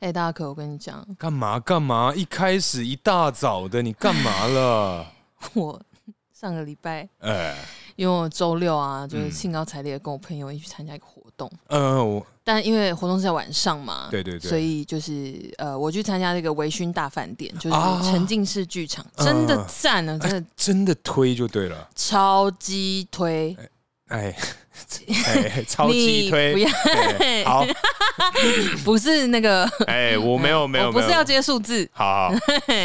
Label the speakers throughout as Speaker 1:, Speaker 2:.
Speaker 1: 哎、大可，我跟你讲，
Speaker 2: 干嘛干嘛？一开始一大早的，你干嘛 了？
Speaker 1: 我上个礼拜，
Speaker 2: 哎、
Speaker 1: 因为我周六啊，就是
Speaker 2: 嗯
Speaker 1: 兴高采烈地跟我朋友一起去参加一个活动，
Speaker 2: 呃，我
Speaker 1: 但因为活动是在晚上嘛，
Speaker 2: 对对对
Speaker 1: 所以就是呃，我去参加那个微醺大饭店，就是
Speaker 2: 啊
Speaker 1: 沉浸式剧场，
Speaker 2: 嗯
Speaker 1: 真的赞啊，真的
Speaker 2: 真的推就对了，
Speaker 1: 超级推，
Speaker 2: 哎、哎， 超级
Speaker 1: 你
Speaker 2: 推，
Speaker 1: 不要
Speaker 2: 对好，
Speaker 1: 不是那个，
Speaker 2: 哎、我没 有没有
Speaker 1: 我
Speaker 2: 没
Speaker 1: 不是
Speaker 2: 有，
Speaker 1: 要接数字，
Speaker 2: 好好，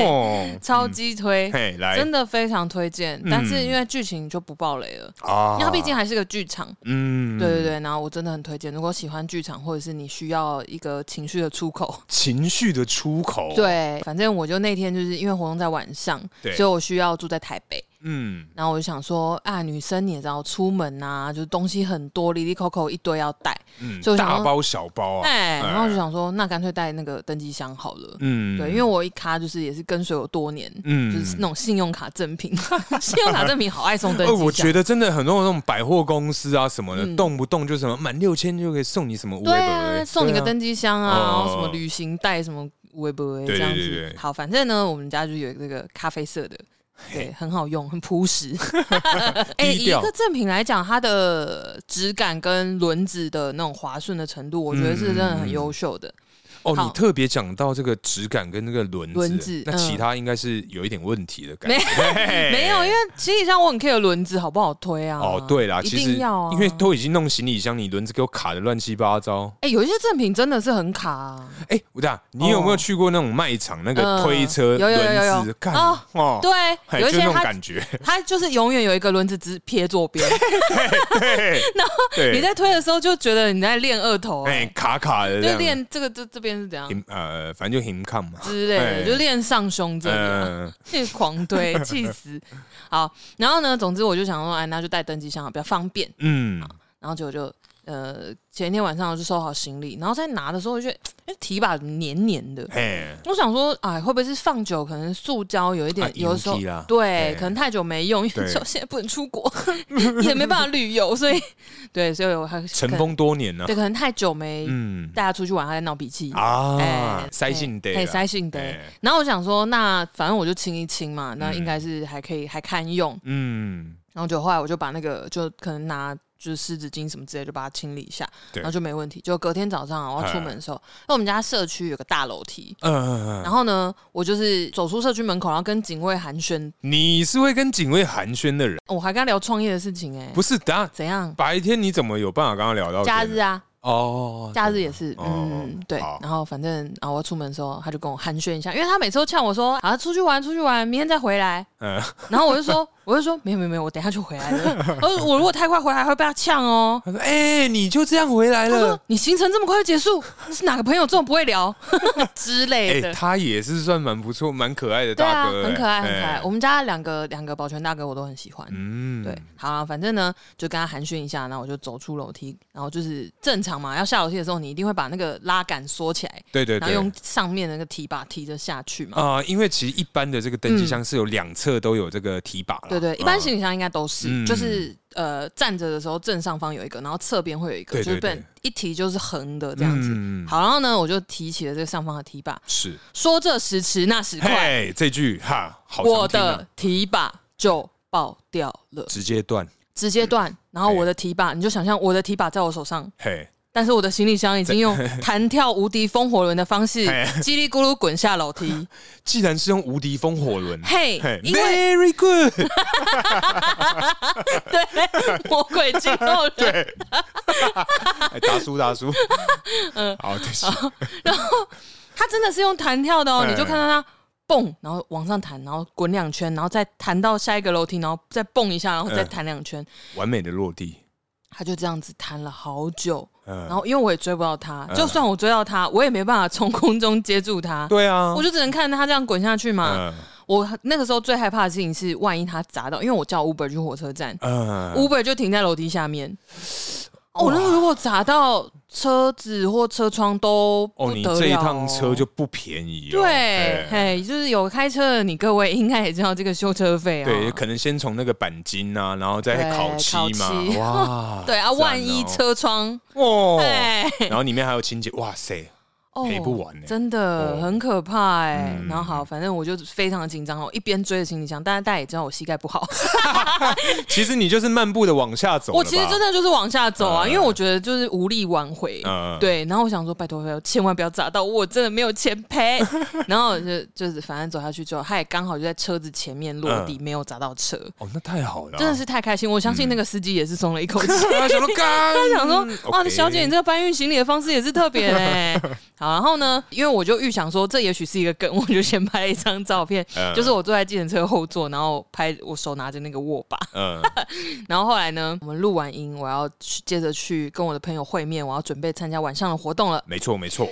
Speaker 2: 哦，
Speaker 1: 超级推
Speaker 2: 嗯，。嘿，来，
Speaker 1: 真的非常推荐，但是
Speaker 2: 嗯
Speaker 1: 因为剧情就不爆雷了，
Speaker 2: 啊
Speaker 1: 因为它毕竟，还是个剧场，
Speaker 2: 嗯
Speaker 1: 对对，对，然后我真的很推荐，如果喜欢剧场或者是你需要一个情绪的出口，
Speaker 2: 情绪的出口，，
Speaker 1: 对，反正我就那天就是因为活动在晚上，
Speaker 2: 哦对
Speaker 1: 所以我需要住在台北，
Speaker 2: 嗯，
Speaker 1: 然后我就想说啊，女生你也知道出门啊，就是东西很多，里里口口一堆要带，
Speaker 2: 嗯
Speaker 1: 所以我想
Speaker 2: 大
Speaker 1: 说
Speaker 2: 包小包啊，
Speaker 1: 哎，然后我就想说，那干脆带那个登机箱好了，
Speaker 2: 嗯，
Speaker 1: 对，因为我一咖就是也是跟随我多年。
Speaker 2: 嗯
Speaker 1: 就是那种信用卡赠品， 信用卡赠品好爱送登
Speaker 2: 呃，
Speaker 1: 机箱。
Speaker 2: 我觉得真的很多那种百货公司啊什么的，
Speaker 1: 嗯
Speaker 2: 动不动就什么满六千就可以送你什么五
Speaker 1: 对
Speaker 2: 百
Speaker 1: 啊，送你个，登机箱啊，
Speaker 2: 对啊
Speaker 1: 然后什么旅行袋什么微博
Speaker 2: 对
Speaker 1: 这样
Speaker 2: 对对
Speaker 1: 子
Speaker 2: 对。
Speaker 1: 好，反正呢，我们家就有这个咖啡色 的。对，很好用，很朴实。哎、以
Speaker 2: 低
Speaker 1: 一
Speaker 2: 调
Speaker 1: 个正品来讲，它的质感跟轮子的那种滑顺的程度，我觉得是真的很优秀的。
Speaker 2: 对啊哦，
Speaker 1: 好
Speaker 2: 你特别讲到这个质感跟那个轮子，
Speaker 1: 轮子
Speaker 2: 那
Speaker 1: 嗯
Speaker 2: 其他应该是有一点问题的感
Speaker 1: 没
Speaker 2: 觉。 嘿
Speaker 1: 没有，因为行李箱我很 care 轮子好不好推啊。
Speaker 2: 嗯哦，对啦，
Speaker 1: 一
Speaker 2: 其实
Speaker 1: 定要、啊，
Speaker 2: 因为都已经弄行李箱，你轮子给我卡的乱七八糟。
Speaker 1: 哎、有一些正品真的是很卡、啊。
Speaker 2: 哎，我讲，你有没有去过那种卖场那个
Speaker 1: 哦嗯
Speaker 2: 推车
Speaker 1: 有有有有
Speaker 2: 轮子
Speaker 1: 有？
Speaker 2: 干
Speaker 1: 哦
Speaker 2: 哦，嘿
Speaker 1: 对，有一
Speaker 2: 就
Speaker 1: 些
Speaker 2: 那种
Speaker 1: 它
Speaker 2: 感觉，
Speaker 1: 它就是永远有一个轮子只撇左边，
Speaker 2: 对，
Speaker 1: 你在推的时候就觉得你在练二头、
Speaker 2: 哎
Speaker 1: 哎，
Speaker 2: 卡卡的这
Speaker 1: 就
Speaker 2: 样，
Speaker 1: 练这个这这边是怎样
Speaker 2: 嗯呃，反正就 him 看嘛，
Speaker 1: 之类
Speaker 2: 哎
Speaker 1: 的，就练上胸这个，
Speaker 2: 嗯，
Speaker 1: 那个狂推，气死。好，然后呢，总之我就想说，哎，那就带登机箱好比较方便。
Speaker 2: 嗯，
Speaker 1: 然后结果就呃，前一天晚上我就收好行李，然后在拿的时候我就觉得，哎，提把黏黏的。
Speaker 2: 嘿，
Speaker 1: 我想说，哎，会不会是放久，可能塑胶有一点
Speaker 2: 啊，
Speaker 1: 有的时候
Speaker 2: 油漆啦
Speaker 1: 对
Speaker 2: 哎，
Speaker 1: 可能太久没用，因
Speaker 2: 对
Speaker 1: 为就现在不能出 国，也没办法旅游，所以对，所以我还可
Speaker 2: 尘
Speaker 1: 能
Speaker 2: 封多年呢、
Speaker 1: 对，可能太久没
Speaker 2: 嗯
Speaker 1: 大家出去玩，还在闹脾气
Speaker 2: 啊
Speaker 1: 哎，
Speaker 2: 塞信得
Speaker 1: 可以塞
Speaker 2: 啦，
Speaker 1: 信的
Speaker 2: 哎。
Speaker 1: 然后我想说，那反正我就清一清嘛，那应该是还可以还堪用。
Speaker 2: 嗯，
Speaker 1: 然后就后来我就把那个就可能拿就是湿纸巾什么之类，就把它清理一下，
Speaker 2: 对哎
Speaker 1: 然后就没问题。就隔天早上啊，我要出门的时候，那我们家社区有个大楼梯。
Speaker 2: 呃，
Speaker 1: 然后呢，我就是走出社区门口，然后跟警卫寒暄，哦
Speaker 2: 你是会跟警卫寒暄的人，
Speaker 1: 我还跟他聊创业的事情哎、
Speaker 2: 不是？等下
Speaker 1: 怎样？
Speaker 2: 白天你怎么有办法跟他聊到
Speaker 1: 假
Speaker 2: 天
Speaker 1: 日啊，
Speaker 2: 哦？
Speaker 1: 假日也是，
Speaker 2: 哦
Speaker 1: 嗯，对
Speaker 2: 好。
Speaker 1: 然后反正啊，我要出门的时候，他就跟我寒暄一下，因为他每次都劝我说啊，出去玩，出去玩，明天再回来。
Speaker 2: 嗯，
Speaker 1: 然后我就说，我就说没有没有没有，我等一下就回来了。而我如果太快回来会被他呛哦。
Speaker 2: 他说：“哎、你就这样回来
Speaker 1: 他说
Speaker 2: 了。
Speaker 1: 你行程这么快就结束，你是哪个朋友这种不会 聊之”类
Speaker 2: 哎、
Speaker 1: 的？
Speaker 2: 他也是算蛮不错、蛮可爱的
Speaker 1: 对
Speaker 2: 大
Speaker 1: 啊，
Speaker 2: 哥、
Speaker 1: 很可爱，很可爱。
Speaker 2: 哎
Speaker 1: 我们家两个两个保全大哥我都很喜欢。
Speaker 2: 嗯，
Speaker 1: 对，好、啊，反正呢，就跟他寒暄一下，然后我就走出楼梯，然后就是正常嘛，要下楼梯的时候，你一定会把那个拉杆缩起来，
Speaker 2: 对对
Speaker 1: 然后
Speaker 2: 对。
Speaker 1: 用上面的那个提把提着下去嘛。
Speaker 2: 啊、因为其实一般的这个登机箱是有两侧都有这个提把啦
Speaker 1: 对对，一般行李箱应该都是，
Speaker 2: 啊嗯
Speaker 1: 就是呃站着的时候正上方有一个，然后侧边会有一个，
Speaker 2: 对对
Speaker 1: 就是
Speaker 2: 对
Speaker 1: 被一提就是横的这样子。
Speaker 2: 嗯
Speaker 1: 好，然后呢，我就提起了这个上方的提把，
Speaker 2: 是，
Speaker 1: 说这时迟那时快，
Speaker 2: 嘿，这句哈，好常听啊、
Speaker 1: 我的提把就爆掉了，
Speaker 2: 直接断，
Speaker 1: 直接断。
Speaker 2: 嗯
Speaker 1: 然后我的提把，你就想象我的提把在我手上，
Speaker 2: 嘿，
Speaker 1: 但是我的行李箱已经用弹跳无敌风火轮的方式
Speaker 2: 嘿
Speaker 1: 叽里咕噜滚下楼梯。
Speaker 2: 既然是用无敌风火轮，
Speaker 1: 嘿
Speaker 2: 嘿，
Speaker 1: 因为
Speaker 2: ，very good，
Speaker 1: 对 魔鬼肌肉人，
Speaker 2: 哎达叔 达叔，嗯，好，对不起，
Speaker 1: 它真的是用弹跳的哦，
Speaker 2: 嗯
Speaker 1: 你就看到它。蹦，然后往上弹，然后滚两圈，然后再弹到下一个楼梯，然后再蹦一下，然后再
Speaker 2: 嗯
Speaker 1: 弹两圈，
Speaker 2: 完美的落地，
Speaker 1: 它就这样子弹了好久。然
Speaker 2: 嗯，
Speaker 1: 后因为我也追不到他，就算我追到他，我也没办法从空中接住他，
Speaker 2: 对啊
Speaker 1: 我，就只能看着他这样滚下去嘛。
Speaker 2: 嗯
Speaker 1: 我那个时候最害怕的事情是，万一他砸到，因为我叫 Uber 去火车站、
Speaker 2: 嗯，
Speaker 1: u b e r 就停在楼梯下面。哦，那如果砸到车子或车窗都不
Speaker 2: 哦，你
Speaker 1: 得了、
Speaker 2: 这一趟车就不便宜哦，
Speaker 1: 对，
Speaker 2: 哎
Speaker 1: 嘿，就是有开车的你各位应该也知道这个修车费啊，
Speaker 2: 对，可能先从那个钣金啊，然后再
Speaker 1: 对
Speaker 2: 烤漆嘛
Speaker 1: 烤，漆
Speaker 2: 哇
Speaker 1: ，对啊，
Speaker 2: 赞哦
Speaker 1: 万一车窗，
Speaker 2: 哦，
Speaker 1: 哎、
Speaker 2: 然后里面还有清洁，哇塞，
Speaker 1: 哦
Speaker 3: 赔不完呢、
Speaker 1: 真的、
Speaker 3: 哦
Speaker 1: 很可怕哎、
Speaker 2: 哦
Speaker 3: 嗯
Speaker 1: 然后好，反正我就非常紧张哦，一边追着行李箱，但是大家也知道我膝盖不 好，
Speaker 2: 其实你就是漫步的往下走了吧，
Speaker 1: 我其实真的就是往下走啊，
Speaker 2: 嗯
Speaker 1: 因为我觉得就是无力挽回。
Speaker 2: 嗯，
Speaker 1: 对，然后我想说，拜托拜托，千万不要砸到我，我真的没有钱 赔。然后就就是反正走下去之后，他也刚好就在车子前面落
Speaker 2: 嗯
Speaker 1: 地，没有砸到车，
Speaker 2: 哦，那太好了啊，
Speaker 1: 真的是太开心。我相
Speaker 2: 嗯
Speaker 1: 信那个司机也是松了一口气，
Speaker 2: 他想说干，
Speaker 1: 他想说：“哇，
Speaker 2: OK
Speaker 1: 小姐，你这个搬运行李的方式也是特别 嘞。”好，然后呢，因为我就预想说，这也许是一个梗，我就先拍了一张照片，
Speaker 2: 嗯
Speaker 1: 就是我坐在计程车后座，然后拍我手拿着那个握把。
Speaker 2: 嗯，
Speaker 1: 然后后来呢，我们录完音，我要去接着去跟我的朋友会面，我要准备参加晚上的活动了。
Speaker 2: 没错没错，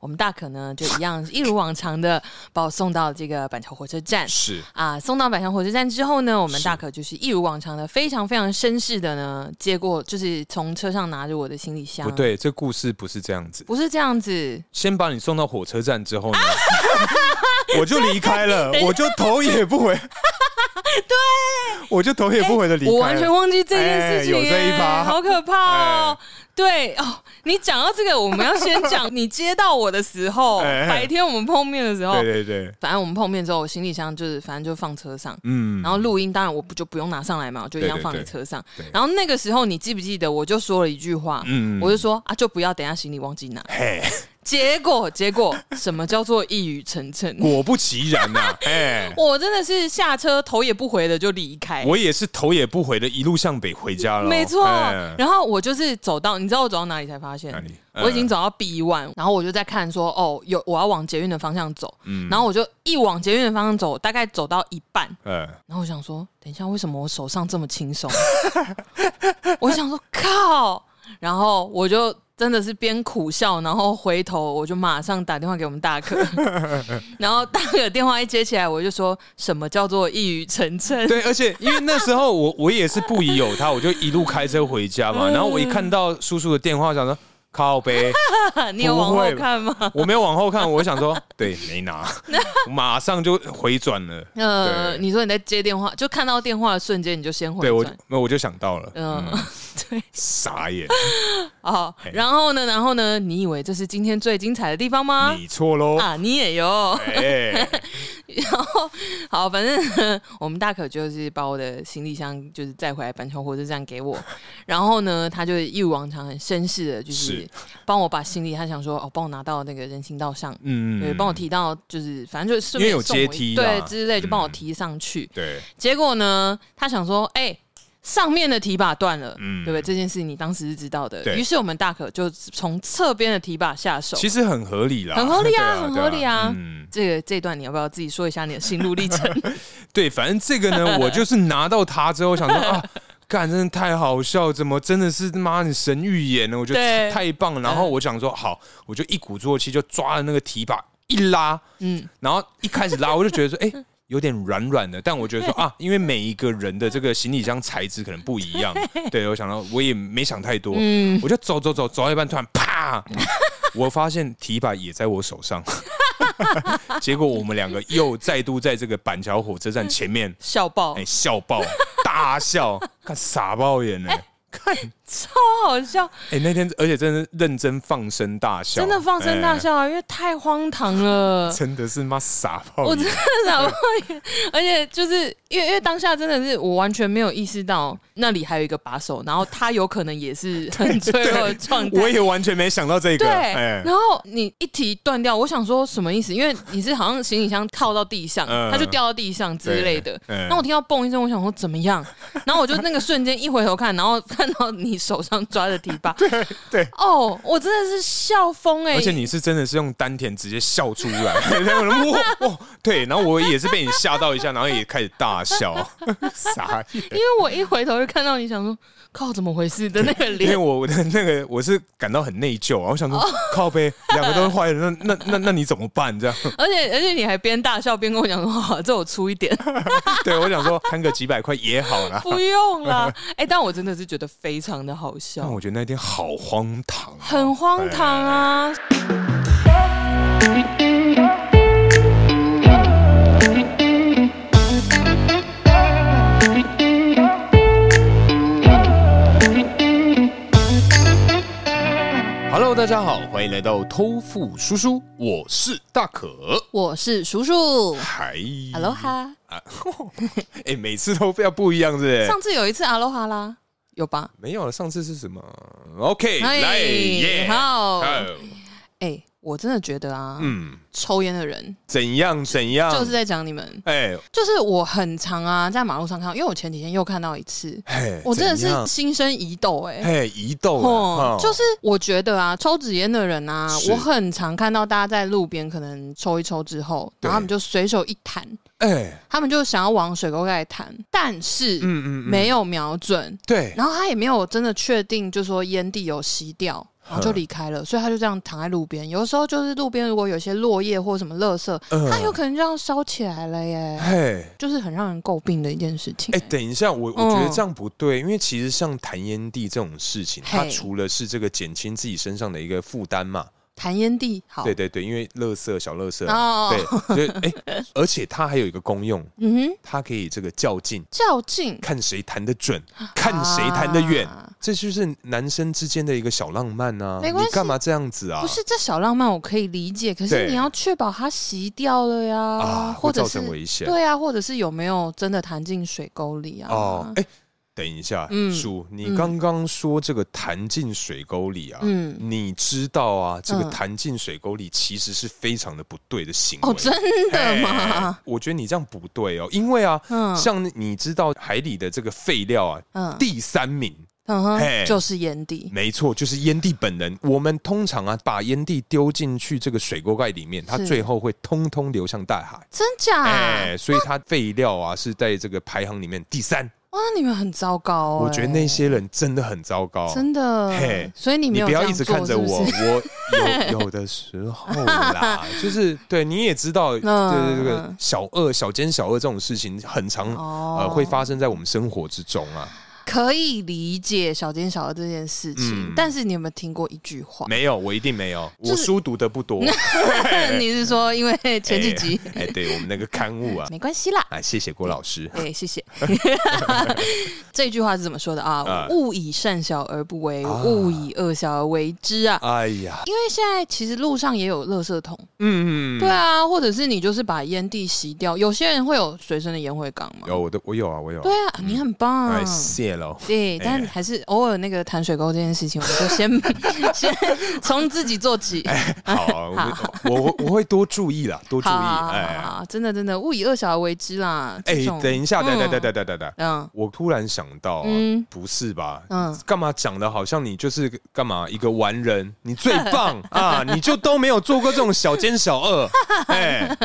Speaker 1: 我们大可呢，就一样一如往常的把我送到这个板桥火车站。
Speaker 2: 是
Speaker 1: 啊，送到板桥火车站之后呢，我们大可就是一如往常的，非常非常绅士的呢，接过就是从车上拿着我的行李箱，
Speaker 2: 不对，这故事不是这样子。
Speaker 1: 不是这样子，
Speaker 2: 先把你送到火车站之后呢， 我就离 开了，我就头也不回。对，我就头也不回的离开了。
Speaker 1: 哎我完全忘记这件事情、
Speaker 2: 哎有这一哎趴
Speaker 1: 好可怕哦。对哦，你讲到这个，我们要先讲你接到我的时候，
Speaker 2: 哎哎
Speaker 1: 白天我们碰面的时候，
Speaker 2: 对对对，
Speaker 1: 反正我们碰面之后，我行李箱就是反正就放车上。
Speaker 2: 嗯，
Speaker 1: 然后录音当然我不就不用拿上来嘛，我就一样
Speaker 2: 对对
Speaker 1: 放你
Speaker 2: 对
Speaker 1: 车上。
Speaker 2: 对
Speaker 1: 然后那个时候你记不记得，我就说了一句话，
Speaker 2: 嗯
Speaker 1: 我就说啊，就不要等一下行李忘记拿。
Speaker 2: 嘿，
Speaker 1: 结果结果，什么叫做一语成谶？
Speaker 2: 果不其然 呐、哎，
Speaker 1: 我真的是下车头也不回的就离开。
Speaker 2: 我也是头也不回的，一路向北回家了。
Speaker 1: 没错
Speaker 2: 哎，
Speaker 1: 然后我就是走到，你知道我走到哪里才发现
Speaker 2: 哪里？嗯
Speaker 1: 我已经走到 B one，然后我就在看说，哦，有我要往捷运的方向走，
Speaker 2: 嗯
Speaker 1: 然后我就一往捷运的方向走，大概走到一半，
Speaker 2: 呃，
Speaker 1: 然后我想说，等一下为什么我手上这么轻 松？我想说靠，然后我就真的是边苦笑，然后回头我就马上打电话给我们大 可，然后大可电话一接起来，我就说什么叫做一语成谶？啊
Speaker 2: 对，而且因为那时候我 我也是不疑有他，我就一路开车回家
Speaker 1: 嗯
Speaker 2: 嘛。然后我一看到叔叔的电话，我想说靠呗，
Speaker 1: 你有往
Speaker 2: 不
Speaker 1: 后
Speaker 2: 会
Speaker 1: 看吗？
Speaker 2: 我没有往后看，我想说对，没 拿，我马上就回转了。
Speaker 1: 呃，
Speaker 2: 对
Speaker 1: 你说你在接电话，就看到电话的瞬间，你就先回
Speaker 2: 对我
Speaker 1: 转。
Speaker 2: 那我就想到了，
Speaker 1: 嗯， 对，
Speaker 2: 傻眼，
Speaker 1: 哦，然后呢，然后呢，你以为这是今天最精彩的地方吗？
Speaker 2: 你错喽。
Speaker 1: 啊，你也有。
Speaker 2: 哎，
Speaker 1: 然后好，反正呢我们大可就是把我的行李箱就是载回来板桥火车站 给我，然后呢，他就一如往常很绅士的，就是
Speaker 2: 是
Speaker 1: 帮我把行李，他想说哦，帮我拿到那个人行道上，
Speaker 2: 嗯
Speaker 1: 对，帮我，提到就是反正就顺
Speaker 2: 因
Speaker 1: 便
Speaker 2: 为有
Speaker 1: 送我一
Speaker 2: 阶梯
Speaker 1: 对
Speaker 2: 啦
Speaker 1: 之类，就帮我
Speaker 2: 嗯
Speaker 1: 提上去。
Speaker 2: 对，
Speaker 1: 结果呢，他想说，哎、上面的提把断了，
Speaker 2: 嗯
Speaker 1: 对不对？这件事你当时是知道的，
Speaker 2: 对
Speaker 1: 于是我们大可就从侧边的提把下手。
Speaker 2: 其实很合理啦，
Speaker 1: 很合理啊
Speaker 2: 对
Speaker 1: 很合理啊
Speaker 2: 对嗯，
Speaker 1: 这个这段你要不要自己说一下你的心路历 程？
Speaker 2: 对，反正这个呢， 我就是拿到它之后想说啊。干，真的太好笑！怎么真的是妈你神预言呢？我觉
Speaker 1: 对嗯
Speaker 2: 得太棒了。然后我想说，好，我就一鼓作气就抓了那个提把一拉，
Speaker 1: 嗯，
Speaker 2: 然后一开始拉，我就觉得说，哎、有点软软的，但我觉得说啊，因为每一个人的这个行李箱材质可能不一样，对我想到我也没想太多，
Speaker 1: 嗯
Speaker 2: 我就走走走走到一半，突然 啪，我发现提把也在我手上，结果我们两个又再度在这个板桥火车站前面，
Speaker 1: 笑爆，
Speaker 2: 哎、笑爆，大笑，看傻爆眼呢、看，哎、
Speaker 1: 超好笑，
Speaker 2: 那天而且真的是认真放声大笑，
Speaker 1: 真的放声大笑啊，因为太荒唐了
Speaker 2: 哎，。真的是妈傻爆
Speaker 1: 我
Speaker 2: 眼
Speaker 1: 真，的想不会， 而且就是因为因为当下真的是我完全没有意识到那里还有一个把手，然后他有可能也是 很脆弱的状态。
Speaker 2: 我也完全没想到这个，
Speaker 1: 对，
Speaker 2: 哎
Speaker 1: 然后你一提断掉，我想说什么意思？因为你是好像行李箱靠到地上，
Speaker 2: 嗯
Speaker 1: 它就掉到地上之类的。
Speaker 2: 对嗯
Speaker 1: 然后我听到嘣一声，我想说怎么 样？然后我就那个瞬间一回头看，然后看到你手上抓着提把，对
Speaker 2: 对，
Speaker 1: 哦，我真的是笑疯哎、
Speaker 2: 而且你是真的是用丹田直接笑出来， 然后我哇哇，对，然后我也是被你吓到一下，然后也开始大笑， 傻眼，
Speaker 1: 因为我一回头就看到你想说靠怎么回事的那个
Speaker 2: 因为
Speaker 1: 脸，
Speaker 2: 我的那个我是感到很内疚，然后我想说、
Speaker 1: 哦
Speaker 2: 靠呗，两个都是坏人，那那那那你怎么办？这样，
Speaker 1: 而且而且你还边大笑边跟我讲说，好、这我出一 点，
Speaker 2: 对我想说摊个几百块也好啦。
Speaker 1: 不用 啦。哎、但我真的是觉得非常的好笑
Speaker 2: 那。我觉得那天好荒唐、啊，
Speaker 1: 很荒唐啊！
Speaker 2: 哎 Hello，大家好，欢欢迎来到偷富叔叔，我是大可，
Speaker 1: 我是叔叔
Speaker 2: 嗨
Speaker 1: 阿罗哈。
Speaker 2: 啊，哎、每次都要不一样，是不是？
Speaker 1: 上次有一次阿罗哈啦，有吧？
Speaker 2: 没有了，上次是什么？OK，
Speaker 1: 哎
Speaker 2: 来耶，
Speaker 1: 好
Speaker 2: 好
Speaker 1: 哎，我真的觉得啊，
Speaker 2: 嗯，
Speaker 1: 抽烟的人
Speaker 2: 怎样怎样？
Speaker 1: 就是在讲你们，
Speaker 2: 哎
Speaker 1: 就是我很常啊，在马路上看到，因为我前几天又看到一次，
Speaker 2: 嘿，
Speaker 1: 我真的
Speaker 2: 哎怎
Speaker 1: 是
Speaker 2: 样
Speaker 1: 心生疑窦哎、
Speaker 2: 嘿移动了，
Speaker 1: 哦
Speaker 2: 哦，
Speaker 1: 就是我觉得啊，抽纸烟的人啊，
Speaker 2: 是
Speaker 1: 我很常看到大家在路边可能抽一抽之后，
Speaker 2: 对
Speaker 1: 然后他们就随手一弹，
Speaker 2: 哎，
Speaker 1: 他们就想要往水沟盖弹，但是、
Speaker 2: 嗯嗯，嗯
Speaker 1: 没有瞄准，
Speaker 2: 对，
Speaker 1: 然后他也没有真的确定，就说烟蒂有吸掉，然
Speaker 2: 嗯
Speaker 1: 后就离开了，所以他就这样躺在路边。有时候就是路边如果有些落叶或什么垃圾，
Speaker 2: 嗯
Speaker 1: 他有可能这样烧起来了耶，
Speaker 2: 嘿。
Speaker 1: 就是很让人诟病的一件事情
Speaker 2: 哎、。等一下，我我觉得
Speaker 1: 嗯
Speaker 2: 这样不对，因为其实像弹烟蒂这种事情，它
Speaker 1: 嘿
Speaker 2: 除了是这个减轻自己身上的一个负担嘛，
Speaker 1: 弹烟蒂好
Speaker 2: 对，对对，因为垃圾小垃圾，
Speaker 1: 哦
Speaker 2: 对，所以哎、而且它还有一个功用，
Speaker 1: 嗯哼，
Speaker 2: 它可以这个较劲，
Speaker 1: 较劲，
Speaker 2: 看谁弹得准，看谁弹得远，
Speaker 1: 啊
Speaker 2: 这就是男生之间的一个小浪漫啊！
Speaker 1: 没关系
Speaker 2: 你干嘛这样子啊？
Speaker 1: 不是这小浪漫我可以理解，可是
Speaker 2: 对
Speaker 1: 你要确保它洗掉了呀
Speaker 2: 啊，，
Speaker 1: 或
Speaker 2: 会
Speaker 1: 者
Speaker 2: 造
Speaker 1: 是
Speaker 2: 成危险
Speaker 1: 对啊，或者是有没有真的弹进水沟里啊？
Speaker 2: 哦。哎、等一下，
Speaker 1: 嗯
Speaker 2: 叔，你
Speaker 1: 嗯
Speaker 2: 刚刚说这个弹进水沟里啊，
Speaker 1: 嗯
Speaker 2: 你知道啊，这个
Speaker 1: 嗯
Speaker 2: 弹进水沟里其实是非常的不对的行为。哎
Speaker 1: 哦，真的吗？
Speaker 2: 我觉得你这样不对哦，因为啊，
Speaker 1: 嗯
Speaker 2: 像你知道海里的这个废料啊，
Speaker 1: 嗯
Speaker 2: 第三名
Speaker 1: 嗯
Speaker 2: 嘿嗯
Speaker 1: 哼，就是烟蒂。
Speaker 2: 没错，就是烟蒂本人。我们通常啊，把烟蒂丢进去这个水锅盖里面，它
Speaker 1: 是
Speaker 2: 最后会通通流向大海。
Speaker 1: 真假？
Speaker 2: 哎、所以它废料啊是在这个排行里面第三。
Speaker 1: 哇，那你们很糟糕、欸
Speaker 2: 我觉得那些人真的很糟糕。
Speaker 1: 哦真的
Speaker 2: 嘿，
Speaker 1: 所以你没
Speaker 2: 你
Speaker 1: 有
Speaker 2: 不要
Speaker 1: 这
Speaker 2: 一
Speaker 1: 样
Speaker 2: 直
Speaker 1: 做
Speaker 2: 看着
Speaker 1: 是
Speaker 2: 我，
Speaker 1: 不是
Speaker 2: 我有有的时候 啦，就是对你也知道，对对对，这个
Speaker 1: 嗯
Speaker 2: 小恶、小奸、小恶这种事情很常、
Speaker 1: 哦
Speaker 2: 呃会发生在我们生活之中啊。
Speaker 1: 可以理解小奸小恶这件事情，
Speaker 2: 嗯
Speaker 1: 但是你有没有听过一句话？
Speaker 2: 没有，我一定没有，
Speaker 1: 就是
Speaker 2: 我书读的不多。
Speaker 1: 你是说因为 前几集、
Speaker 2: 哎、哎对我们那个刊物 啊，
Speaker 1: 没关系 啦？
Speaker 2: 啊，谢谢郭老师。
Speaker 1: 哎、谢 谢。这句话是怎么说的啊
Speaker 2: 啊？
Speaker 1: 勿以善小而不为，
Speaker 2: 啊
Speaker 1: 勿以恶小而为之啊！
Speaker 2: 哎呀，
Speaker 1: 因为现在其实路上也有垃圾桶，
Speaker 2: 嗯，
Speaker 1: 对啊，或者是你就是把烟蒂吸掉，有些人会有随身的烟灰缸嘛，
Speaker 2: 有我都我有啊，我有。
Speaker 1: 对啊，你很棒、
Speaker 2: 哎，谢喽。
Speaker 1: 对，
Speaker 2: 哎
Speaker 1: 但还是偶尔那个弹水沟这件事情，我们就 先先从自己做起。
Speaker 2: 好啊，我们我我我会多注意啦，多注意。
Speaker 1: 好好好
Speaker 2: 哎，
Speaker 1: 好，真的真的，勿以恶小而为之啦。
Speaker 2: 哎
Speaker 1: 这，种
Speaker 2: 等一下，等等
Speaker 1: 嗯
Speaker 2: 等等等等等，
Speaker 1: 嗯
Speaker 2: 我突然想到啊
Speaker 1: 嗯，
Speaker 2: 不是吧？
Speaker 1: 嗯，
Speaker 2: 干嘛讲的好像你就是干嘛一个完人，你最 棒啊！你就都没有做过这种小奸小恶，哎，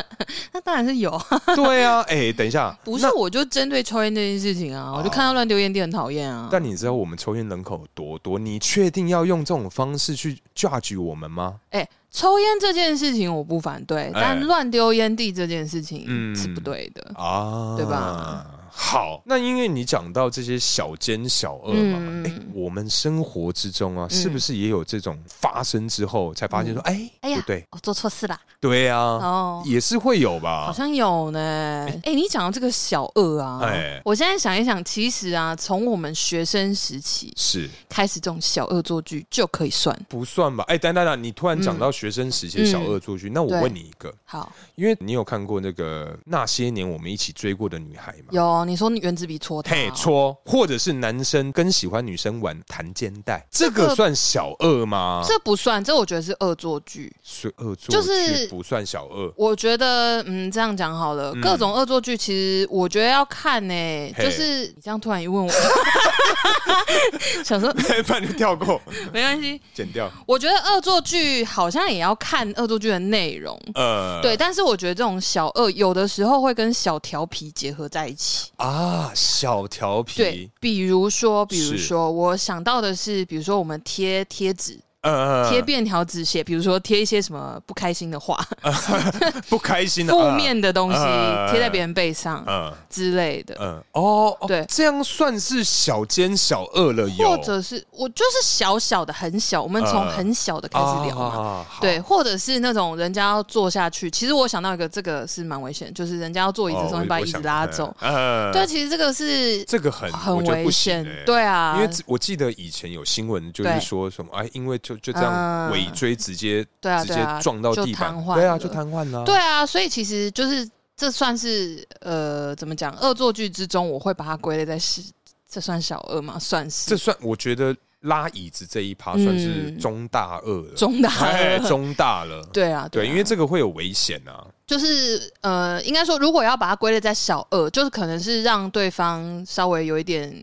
Speaker 1: 那当然是有，
Speaker 2: 对啊，哎，等一下，
Speaker 1: 不是我就针对抽烟这件事情啊，我就看到乱丢烟蒂很讨厌啊。
Speaker 2: 但你知道我们抽烟人口有多多？你确定要用这种方式去 judge 我们吗？
Speaker 1: 哎，抽烟这件事情我不反对，但乱丢烟蒂这件事情
Speaker 2: 哎嗯
Speaker 1: 是不对的。
Speaker 2: 啊，
Speaker 1: 对吧？
Speaker 2: 好，那因为你讲到这些小奸小恶嘛，
Speaker 1: 嗯
Speaker 2: 哎、我们生活之中啊，是不是也有这种发生之后才发现说，哎、
Speaker 1: 哎呀
Speaker 2: 不对，
Speaker 1: 我做错事啦，
Speaker 2: 对啊，
Speaker 1: 哦，
Speaker 2: 也是会有
Speaker 1: 好
Speaker 2: 吧？
Speaker 1: 像有呢。哎、你讲到这个小恶啊，
Speaker 2: 哎
Speaker 1: 我现在想一想，其实啊，从我们学生时期
Speaker 2: 是
Speaker 1: 开始，这种小恶作剧就可以算
Speaker 2: 不算吧？哎、等等等，你突然讲到学生时期的小恶作剧，那我
Speaker 1: 嗯对
Speaker 2: 问你一个，
Speaker 1: 好。
Speaker 2: 因为你有看过那个那些年我们一起追过的女孩吗？
Speaker 1: 有你说你原子笔戳他，
Speaker 2: 嘿，戳，或者是男生跟喜欢女生玩弹肩带，这
Speaker 1: 这
Speaker 2: 个
Speaker 1: 个
Speaker 2: 算小恶吗？
Speaker 1: 这不算，这我觉得是恶作剧。
Speaker 2: 所以恶作
Speaker 1: 就是
Speaker 2: 剧不算 小恶。
Speaker 1: 我觉得，嗯，这样讲好了，
Speaker 2: 嗯
Speaker 1: 各种恶作剧其实我觉得要看呢、
Speaker 2: 嘿
Speaker 1: 就是你这样突然一问我， 想说
Speaker 2: 不然就跳过，
Speaker 1: 没关系，
Speaker 2: 剪掉。
Speaker 1: 我觉得恶作剧好像也要看恶作剧的内容。
Speaker 2: 呃，
Speaker 1: 对，但是我觉得这种小恶有的时候会跟小调皮结合在一起。
Speaker 2: 啊，小调
Speaker 1: 对
Speaker 2: 皮，，
Speaker 1: 比如说，比如
Speaker 2: 是
Speaker 1: 说，我想到的是，比如说我们贴贴纸、
Speaker 2: 呃
Speaker 1: 贴便条纸写，比如说贴一些什么不开心的话、
Speaker 2: 不开心 的
Speaker 1: 负，面的东西
Speaker 2: 呃
Speaker 1: 贴在别人背上
Speaker 2: 嗯
Speaker 1: 之类的，
Speaker 2: 嗯，哦，哦
Speaker 1: 对
Speaker 2: 这样算是小奸小恶了，有
Speaker 1: 或者是我就是小小的很小，我们从
Speaker 2: 呃
Speaker 1: 很小的开始聊嘛。
Speaker 2: 啊好
Speaker 1: 对，或者是那种人家要坐下去，其实我想到一个，这个是蛮危险，就是人家要坐椅子的时
Speaker 2: 哦
Speaker 1: 候，你
Speaker 2: 我
Speaker 1: 把
Speaker 2: 我
Speaker 1: 椅子
Speaker 2: 想
Speaker 1: 拉
Speaker 2: 嗯
Speaker 1: 走。
Speaker 2: 呃，
Speaker 1: 对，，其实这个是
Speaker 2: 这个很
Speaker 1: 很
Speaker 2: 我觉得
Speaker 1: 危
Speaker 2: 不行
Speaker 1: 险
Speaker 2: 欸，
Speaker 1: 对啊，
Speaker 2: 因为我记得以前有新闻，就是
Speaker 1: 对
Speaker 2: 说什么哎，因为就就就这样
Speaker 1: 嗯
Speaker 2: 尾椎直接
Speaker 1: 对啊
Speaker 2: 直接
Speaker 1: 对啊
Speaker 2: 撞到
Speaker 1: 就
Speaker 2: 地板
Speaker 1: 瘫，痪
Speaker 2: 对啊，
Speaker 1: 了
Speaker 2: 就瘫痪了。
Speaker 1: 对啊，所以其实就是这算是呃，怎么讲？恶作剧之中，我会把它归类在是，这算小恶吗？算
Speaker 2: 这
Speaker 1: 是
Speaker 2: 算我觉得拉椅子这一趴算是
Speaker 1: 嗯
Speaker 2: 中大恶了，
Speaker 1: 中大
Speaker 2: 哎
Speaker 1: 恶。
Speaker 2: 中大了。
Speaker 1: 对啊，
Speaker 2: 对，
Speaker 1: 啊
Speaker 2: 因为这个会有危险啊。
Speaker 1: 就是呃，应该说，如果要把它归类在小恶，就是可能是让对方稍微有一点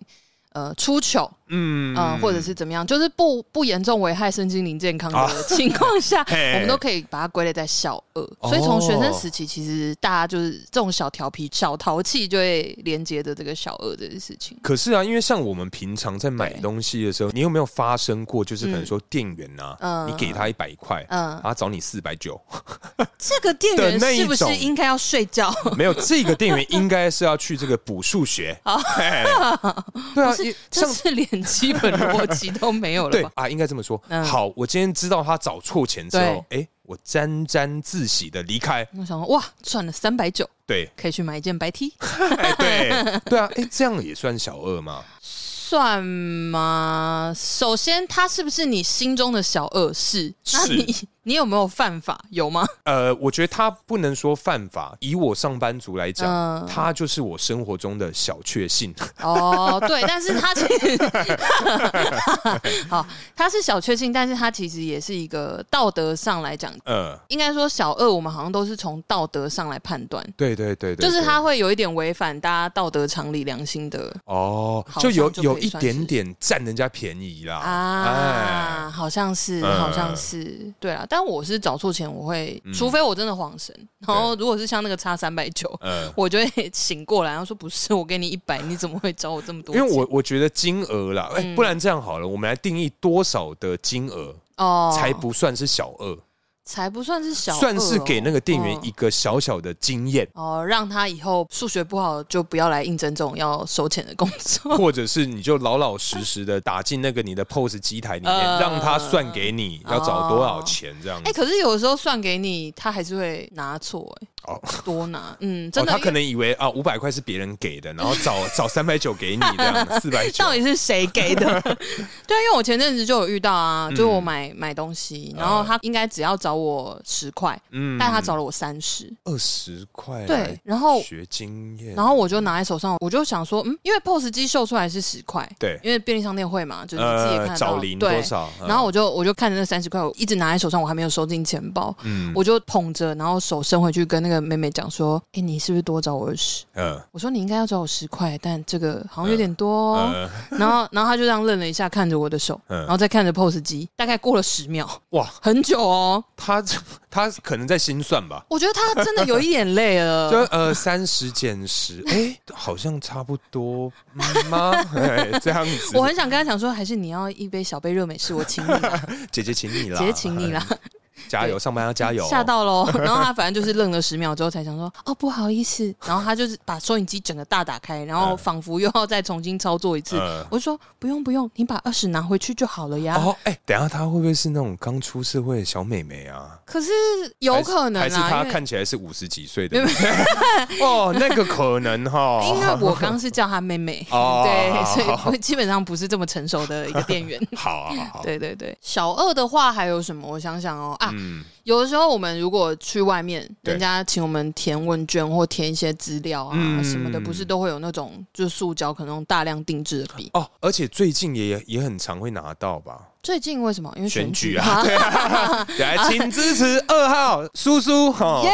Speaker 1: 呃出糗，
Speaker 2: 嗯
Speaker 1: 嗯、或者是怎么样，就是不不严重危害身心灵健康的 情况下，
Speaker 2: 啊 嘿
Speaker 1: 我们都可以把它归类在小恶。
Speaker 2: 哦
Speaker 1: 所以从学生时期，其实大家就是这种小调皮、小淘气，就会连接着这个小恶这件事情。
Speaker 2: 可是啊，因为像我们平常在买
Speaker 1: 对
Speaker 2: 东西的时候，你有没有发生过，就是可能说店员啊，
Speaker 1: 嗯
Speaker 2: 你给他一百块，
Speaker 1: 嗯，
Speaker 2: 他找你四百九，
Speaker 1: 这个店员
Speaker 2: 的那一
Speaker 1: 是不
Speaker 2: 种
Speaker 1: 是应该要睡觉？
Speaker 2: 没有这个店员应该是要去这个补数学。嘿对啊，一
Speaker 1: 这
Speaker 2: 像
Speaker 1: 哦是连基本逻辑都没有了
Speaker 2: 对
Speaker 1: 吧？
Speaker 2: 啊，应该这么说。
Speaker 1: 嗯
Speaker 2: 好，我今天知道他找错钱之后，哎，我沾沾自喜的离开。
Speaker 1: 我想说，哇，赚了三百九，
Speaker 2: 对，
Speaker 1: 可以去买一件白 T，
Speaker 2: 哎，对，对啊，哎，这样也算小恶吗？
Speaker 1: 算吗？首先，他是不是你心中的小恶是？那
Speaker 2: 是
Speaker 1: 你你有没有犯法？有吗？
Speaker 2: 呃，我觉得他不能说犯法。以我上班族来讲，
Speaker 1: 嗯
Speaker 2: 他就是我生活中的小确幸。
Speaker 1: 哦，对，但是他其实好，他是小确幸，但是他其实也是一个道德上来讲，
Speaker 2: 呃，
Speaker 1: 应该说小恶，我们好像都是从道德上来判断，
Speaker 2: 对对对对，
Speaker 1: 就是
Speaker 2: 对
Speaker 1: 他会有一点违反大家道德常理、良心的
Speaker 2: 哦，
Speaker 1: 好
Speaker 2: 就
Speaker 1: 像
Speaker 2: 有
Speaker 1: 就
Speaker 2: 有
Speaker 1: 可以
Speaker 2: 一
Speaker 1: 算
Speaker 2: 点
Speaker 1: 是
Speaker 2: 点占人家便宜啦。
Speaker 1: 啊，好像是，
Speaker 2: 哎嗯
Speaker 1: 好像是，对啊，但我是找错钱，我会，除非我真的晃神，然后如果是像那个差三百九，
Speaker 2: 哎，呃，
Speaker 1: 我就会醒过来，然后说不是，我给你一百，你怎么会找我这么多
Speaker 2: 因
Speaker 1: 钱？嗯
Speaker 2: 为我我觉得金额啦，哎、不然这样好了，我们来定义多少的金额
Speaker 1: 哦
Speaker 2: 才不算是小恶，
Speaker 1: 才不算是小恶哦，
Speaker 2: 算是给那个店员
Speaker 1: 嗯
Speaker 2: 一个小小的经 验。
Speaker 1: 哦，让他以后数学不好就不要来应征这种要收钱的工作。
Speaker 2: 或者是你就老老实实的打进那个你的 POS 机台里面，
Speaker 1: 呃
Speaker 2: 让他算给你要找多少钱这样
Speaker 1: 哎、
Speaker 2: 子。
Speaker 1: 可是有时候算给你，他还是会拿错、哎、
Speaker 2: 哦
Speaker 1: 多拿，嗯，
Speaker 2: 哦，
Speaker 1: 真的，
Speaker 2: 他可能以为啊五百块是别人给的，然后找找三百九给你这样，四百 九
Speaker 1: 到。底是谁给 的？对，啊因为我前阵子就有遇到啊，就
Speaker 2: 嗯
Speaker 1: 我买、买东西，然后他应该只要找我十块，
Speaker 2: 哦嗯
Speaker 1: 但他找了我三十，
Speaker 2: 二十块来
Speaker 1: 对，然后
Speaker 2: 学经验，
Speaker 1: 然后我就拿在手上，我就想说，嗯，因为 POS 机秀出来是十块，
Speaker 2: 对呃
Speaker 1: 因为便利商店会嘛，就是你自己看得到，
Speaker 2: 找零
Speaker 1: 对
Speaker 2: 多少，嗯
Speaker 1: 然后我就我就看着那三十块，我一直拿在手上，我还没有收进钱包，
Speaker 2: 嗯
Speaker 1: 我就捧着，然后手伸回去跟那个妹妹讲说：“哎、你是不是多找我二十？”
Speaker 2: 呃
Speaker 1: 我说：“你应该要找我十块，但这个好像有点多、哦。
Speaker 2: 呃
Speaker 1: 然后，然后他就这样愣了一下，看着我的手，
Speaker 2: 嗯
Speaker 1: 然后再看着 POS 机，大概过了十秒，
Speaker 2: 哇，
Speaker 1: 很久哦。
Speaker 2: 他 他可能在心算吧。
Speaker 1: 我觉得他真的有一点累
Speaker 2: 就
Speaker 1: 了。
Speaker 2: 呃三十减十，哎，好像差不多嗯吗？ 哎这样子，
Speaker 1: 我很想跟他讲说，还是你要一杯小杯热美式，我 请你啦，
Speaker 2: 姐姐请你啦，
Speaker 1: 姐姐请你啦，
Speaker 2: 加油，
Speaker 1: 对
Speaker 2: 上班要加油。哦
Speaker 1: 吓到喽。 然后他反正就是愣了十秒之后才想说，哦，不好意思。然后他就是把收银机整个大打开，然后
Speaker 2: 嗯
Speaker 1: 仿佛又要再重新操作一次。
Speaker 2: 呃
Speaker 1: 我就说不用不用，你把二十拿回去就好了呀。
Speaker 2: 哦，哎、等一下她会不会是那种刚出社会的小美眉啊？
Speaker 1: 可是有可能
Speaker 2: 还是她
Speaker 1: 啊，因为
Speaker 2: 看起来是五十几岁的？ 哦，那个可能哈。
Speaker 1: 因为我刚是叫她妹妹，
Speaker 2: 哦好
Speaker 1: 对，
Speaker 2: 好
Speaker 1: 所以
Speaker 2: 好
Speaker 1: 不基本上不是这么成熟的一个店员。
Speaker 2: 好好 好，
Speaker 1: 对对对，小二的话还有什么？我想想哦啊，
Speaker 2: 嗯，
Speaker 1: 有的时候我们如果去外面，
Speaker 2: 对
Speaker 1: 人家请我们填问卷或填一些资料啊
Speaker 2: 嗯
Speaker 1: 什么的，不是都会有那种就是塑胶可能用大量定制的笔。
Speaker 2: 哦，而且最近也也很常会拿到吧？
Speaker 1: 最近为什么？因为
Speaker 2: 选举
Speaker 1: 举
Speaker 2: 啊，对啊，来，请支持二号叔 叔哈，
Speaker 1: 耶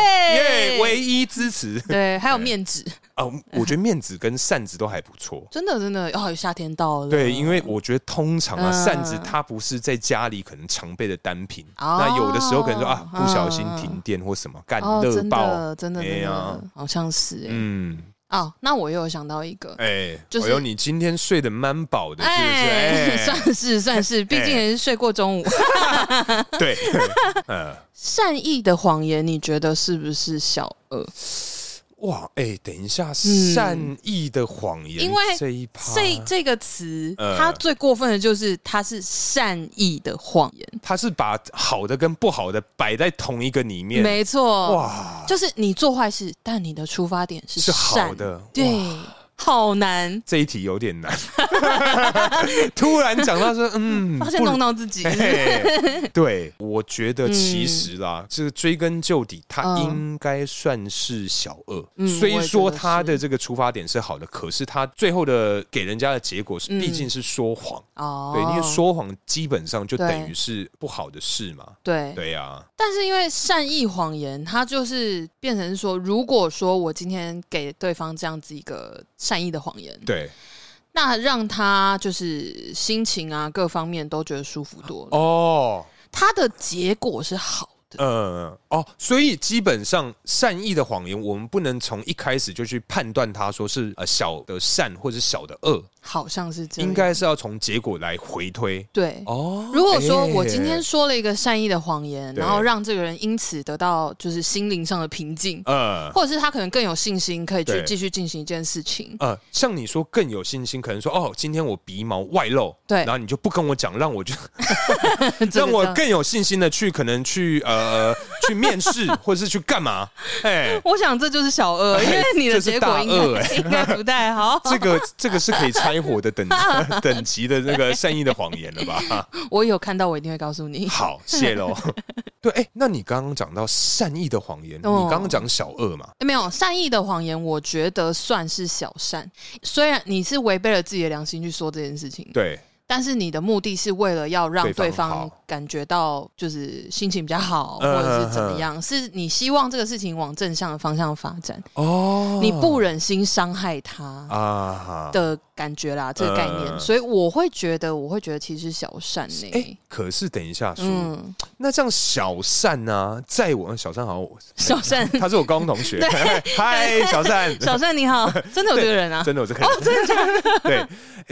Speaker 2: 耶，唯一支持
Speaker 1: 对，还有面纸，
Speaker 2: 啊！我觉得面子跟扇子都还不错。
Speaker 1: 真的真的哦，夏天到了，
Speaker 2: 对，因为我觉得通常啊，
Speaker 1: 嗯
Speaker 2: 扇子它不是在家里可能常备的单品，
Speaker 1: 哦
Speaker 2: 那有的时候可能说啊，不小心
Speaker 1: 嗯
Speaker 2: 停电或什么干
Speaker 1: 哦，
Speaker 2: 热
Speaker 1: 真
Speaker 2: 爆，
Speaker 1: 的，真的，
Speaker 2: 哎
Speaker 1: 真
Speaker 2: 呀
Speaker 1: 的，好像是哎、
Speaker 2: 嗯，
Speaker 1: 哦，那我又有想到一个，
Speaker 2: 哎，
Speaker 1: 呃就是
Speaker 2: 哎呦，你今天睡得蛮饱的，是不是？哎，
Speaker 1: 算是算是，毕竟也是睡过中午。
Speaker 2: 对， 呃，
Speaker 1: 善意的谎言，你觉得是不是小恶？
Speaker 2: 哇，哎，等一下，
Speaker 1: 嗯
Speaker 2: 善意的谎言，
Speaker 1: 因为
Speaker 2: 这一趴，
Speaker 1: 这这个词，
Speaker 2: 呃
Speaker 1: 它最过分的就是它是善意的谎言，
Speaker 2: 他是把好的跟不好的摆在同一个里面，
Speaker 1: 没错，
Speaker 2: 哇，
Speaker 1: 就是你做坏事，但你的出发点是
Speaker 2: 是好
Speaker 1: 善
Speaker 2: 的
Speaker 1: 对
Speaker 2: 哇。
Speaker 1: 好难，
Speaker 2: 这一题有点难， 突然讲到说，嗯，
Speaker 1: 发现
Speaker 2: 不
Speaker 1: 弄到自己。
Speaker 2: 嘿 对，我觉得其实啦，这个追根究底，他
Speaker 1: 嗯
Speaker 2: 应该算是小恶。
Speaker 1: 嗯
Speaker 2: 虽
Speaker 1: 我也觉
Speaker 2: 说
Speaker 1: 得
Speaker 2: 他的
Speaker 1: 是
Speaker 2: 这个出发点是好的，可是他最后的给人家的结果是，毕
Speaker 1: 嗯
Speaker 2: 竟是说谎。
Speaker 1: 哦，
Speaker 2: 对，因为说谎基本上就
Speaker 1: 对
Speaker 2: 等于是不好的事嘛。
Speaker 1: 对，
Speaker 2: 对啊呀，
Speaker 1: 但是因为善意谎言，它就是变成说，如果说我今天给对方这样子一个善意的谎言，
Speaker 2: 对
Speaker 1: 那让他就是心情啊各方面都觉得舒服多了，
Speaker 2: 哦，
Speaker 1: 他的结果是好的。
Speaker 2: 嗯哦，所以基本上善意的谎言，我们不能从一开始就去判断它说是呃小的善或者小的恶，
Speaker 1: 好像是这样，
Speaker 2: 应该是要从结果来回推。
Speaker 1: 对。
Speaker 2: 哦，
Speaker 1: 如果说
Speaker 2: 哎
Speaker 1: 我今天说了一个善意的谎言，
Speaker 2: 对
Speaker 1: 然后让这个人因此得到就是心灵上的平静，
Speaker 2: 呃
Speaker 1: 或者是他可能更有信心可以去
Speaker 2: 对
Speaker 1: 继续进行一件事 情，
Speaker 2: 呃，像你说更有信心，可能说哦，今天我鼻毛外露，
Speaker 1: 对
Speaker 2: 然后你就不跟我讲，让我就
Speaker 1: 这
Speaker 2: 让
Speaker 1: 个
Speaker 2: 我
Speaker 1: 叫
Speaker 2: 更有信心的去可能去呃 去 面试或者是去干嘛，哎。
Speaker 1: 我想这就是小恶，
Speaker 2: 哎
Speaker 1: 因为你的
Speaker 2: 这是
Speaker 1: 结果
Speaker 2: 大
Speaker 1: 应
Speaker 2: 恶欸
Speaker 1: 该、应该不太好。
Speaker 2: 这个这个是可以拆火的等等级的那个善意的谎言了吧？
Speaker 1: 我有看到，我一定会告诉你。
Speaker 2: 好，谢喽。 对，哎、那你刚刚讲到善意的谎言，
Speaker 1: 哦
Speaker 2: 你刚刚讲小恶嘛？
Speaker 1: 诶没有善意的谎言，我觉得算是小善。虽然你是违背了自己的良心去说这件事情，
Speaker 2: 对，
Speaker 1: 但是你的目的是为了要让
Speaker 2: 对
Speaker 1: 对
Speaker 2: 方好
Speaker 1: 方感觉到就是心情比较好，
Speaker 2: 嗯
Speaker 1: 或者是怎么样，是你希望这个事情往正向的方向发展，
Speaker 2: 哦
Speaker 1: 你不忍心伤害他。
Speaker 2: 啊哈
Speaker 1: 的感觉啦，这个概念，
Speaker 2: 嗯
Speaker 1: 所以我会觉得，我会觉得其实是小善呢、
Speaker 2: 哎、可是等一下说，
Speaker 1: 嗯，
Speaker 2: 那这样小善呢、在我小善好像
Speaker 1: 小 善，
Speaker 2: 他是我高中同 学，嗨，小善，
Speaker 1: 小善你好，真的有这个 人啊？
Speaker 2: 真的我这个人，真的 对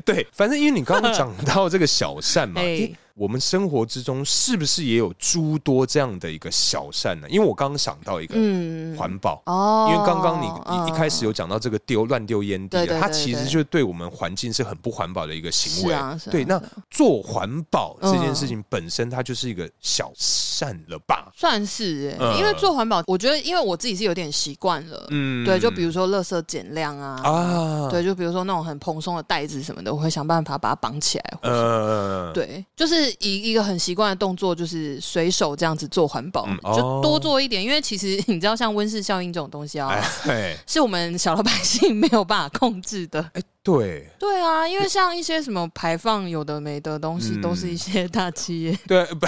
Speaker 2: 对，反正因为你刚刚讲到这个小善 嘛，
Speaker 1: 哎
Speaker 2: 诶我们生活之中是不是也有诸多这样的一个小善呢？因为我刚刚想到一个
Speaker 1: 嗯，
Speaker 2: 环保。
Speaker 1: 哦嗯
Speaker 2: 因为刚刚你一一开始有讲到这个丢乱丢烟蒂啊
Speaker 1: 对，对
Speaker 2: 它
Speaker 1: 对
Speaker 2: 其实
Speaker 1: 对
Speaker 2: 就对我们环境是很不环保的一个行为。
Speaker 1: 是啊是啊
Speaker 2: 对，
Speaker 1: 是
Speaker 2: 那
Speaker 1: 啊
Speaker 2: 做环保这件事
Speaker 1: 嗯
Speaker 2: 情本身，它就是一个小善了吧？
Speaker 1: 算是哎、
Speaker 2: 嗯
Speaker 1: 因为做环保，我觉得因为我自己是有点习惯了，
Speaker 2: 嗯
Speaker 1: 对，就比如说垃圾减量啊。
Speaker 2: 啊，
Speaker 1: 对，就比如说那种很蓬松的袋子什么的，我会想办法把它绑起来。
Speaker 2: 呃，
Speaker 1: 对，就是以一个很习惯的动作，就是随手这样子做环保，
Speaker 2: 嗯哦
Speaker 1: 就多做一点。因为其实 你知道，像温室效应这种东西啊，
Speaker 2: 哎，哎，
Speaker 1: 是我们小老百姓没有办法控制的。
Speaker 2: 对
Speaker 1: 对啊，因为像一些什么排放有的没的东西，
Speaker 2: 嗯
Speaker 1: 都是一些大企业
Speaker 2: 对， 不，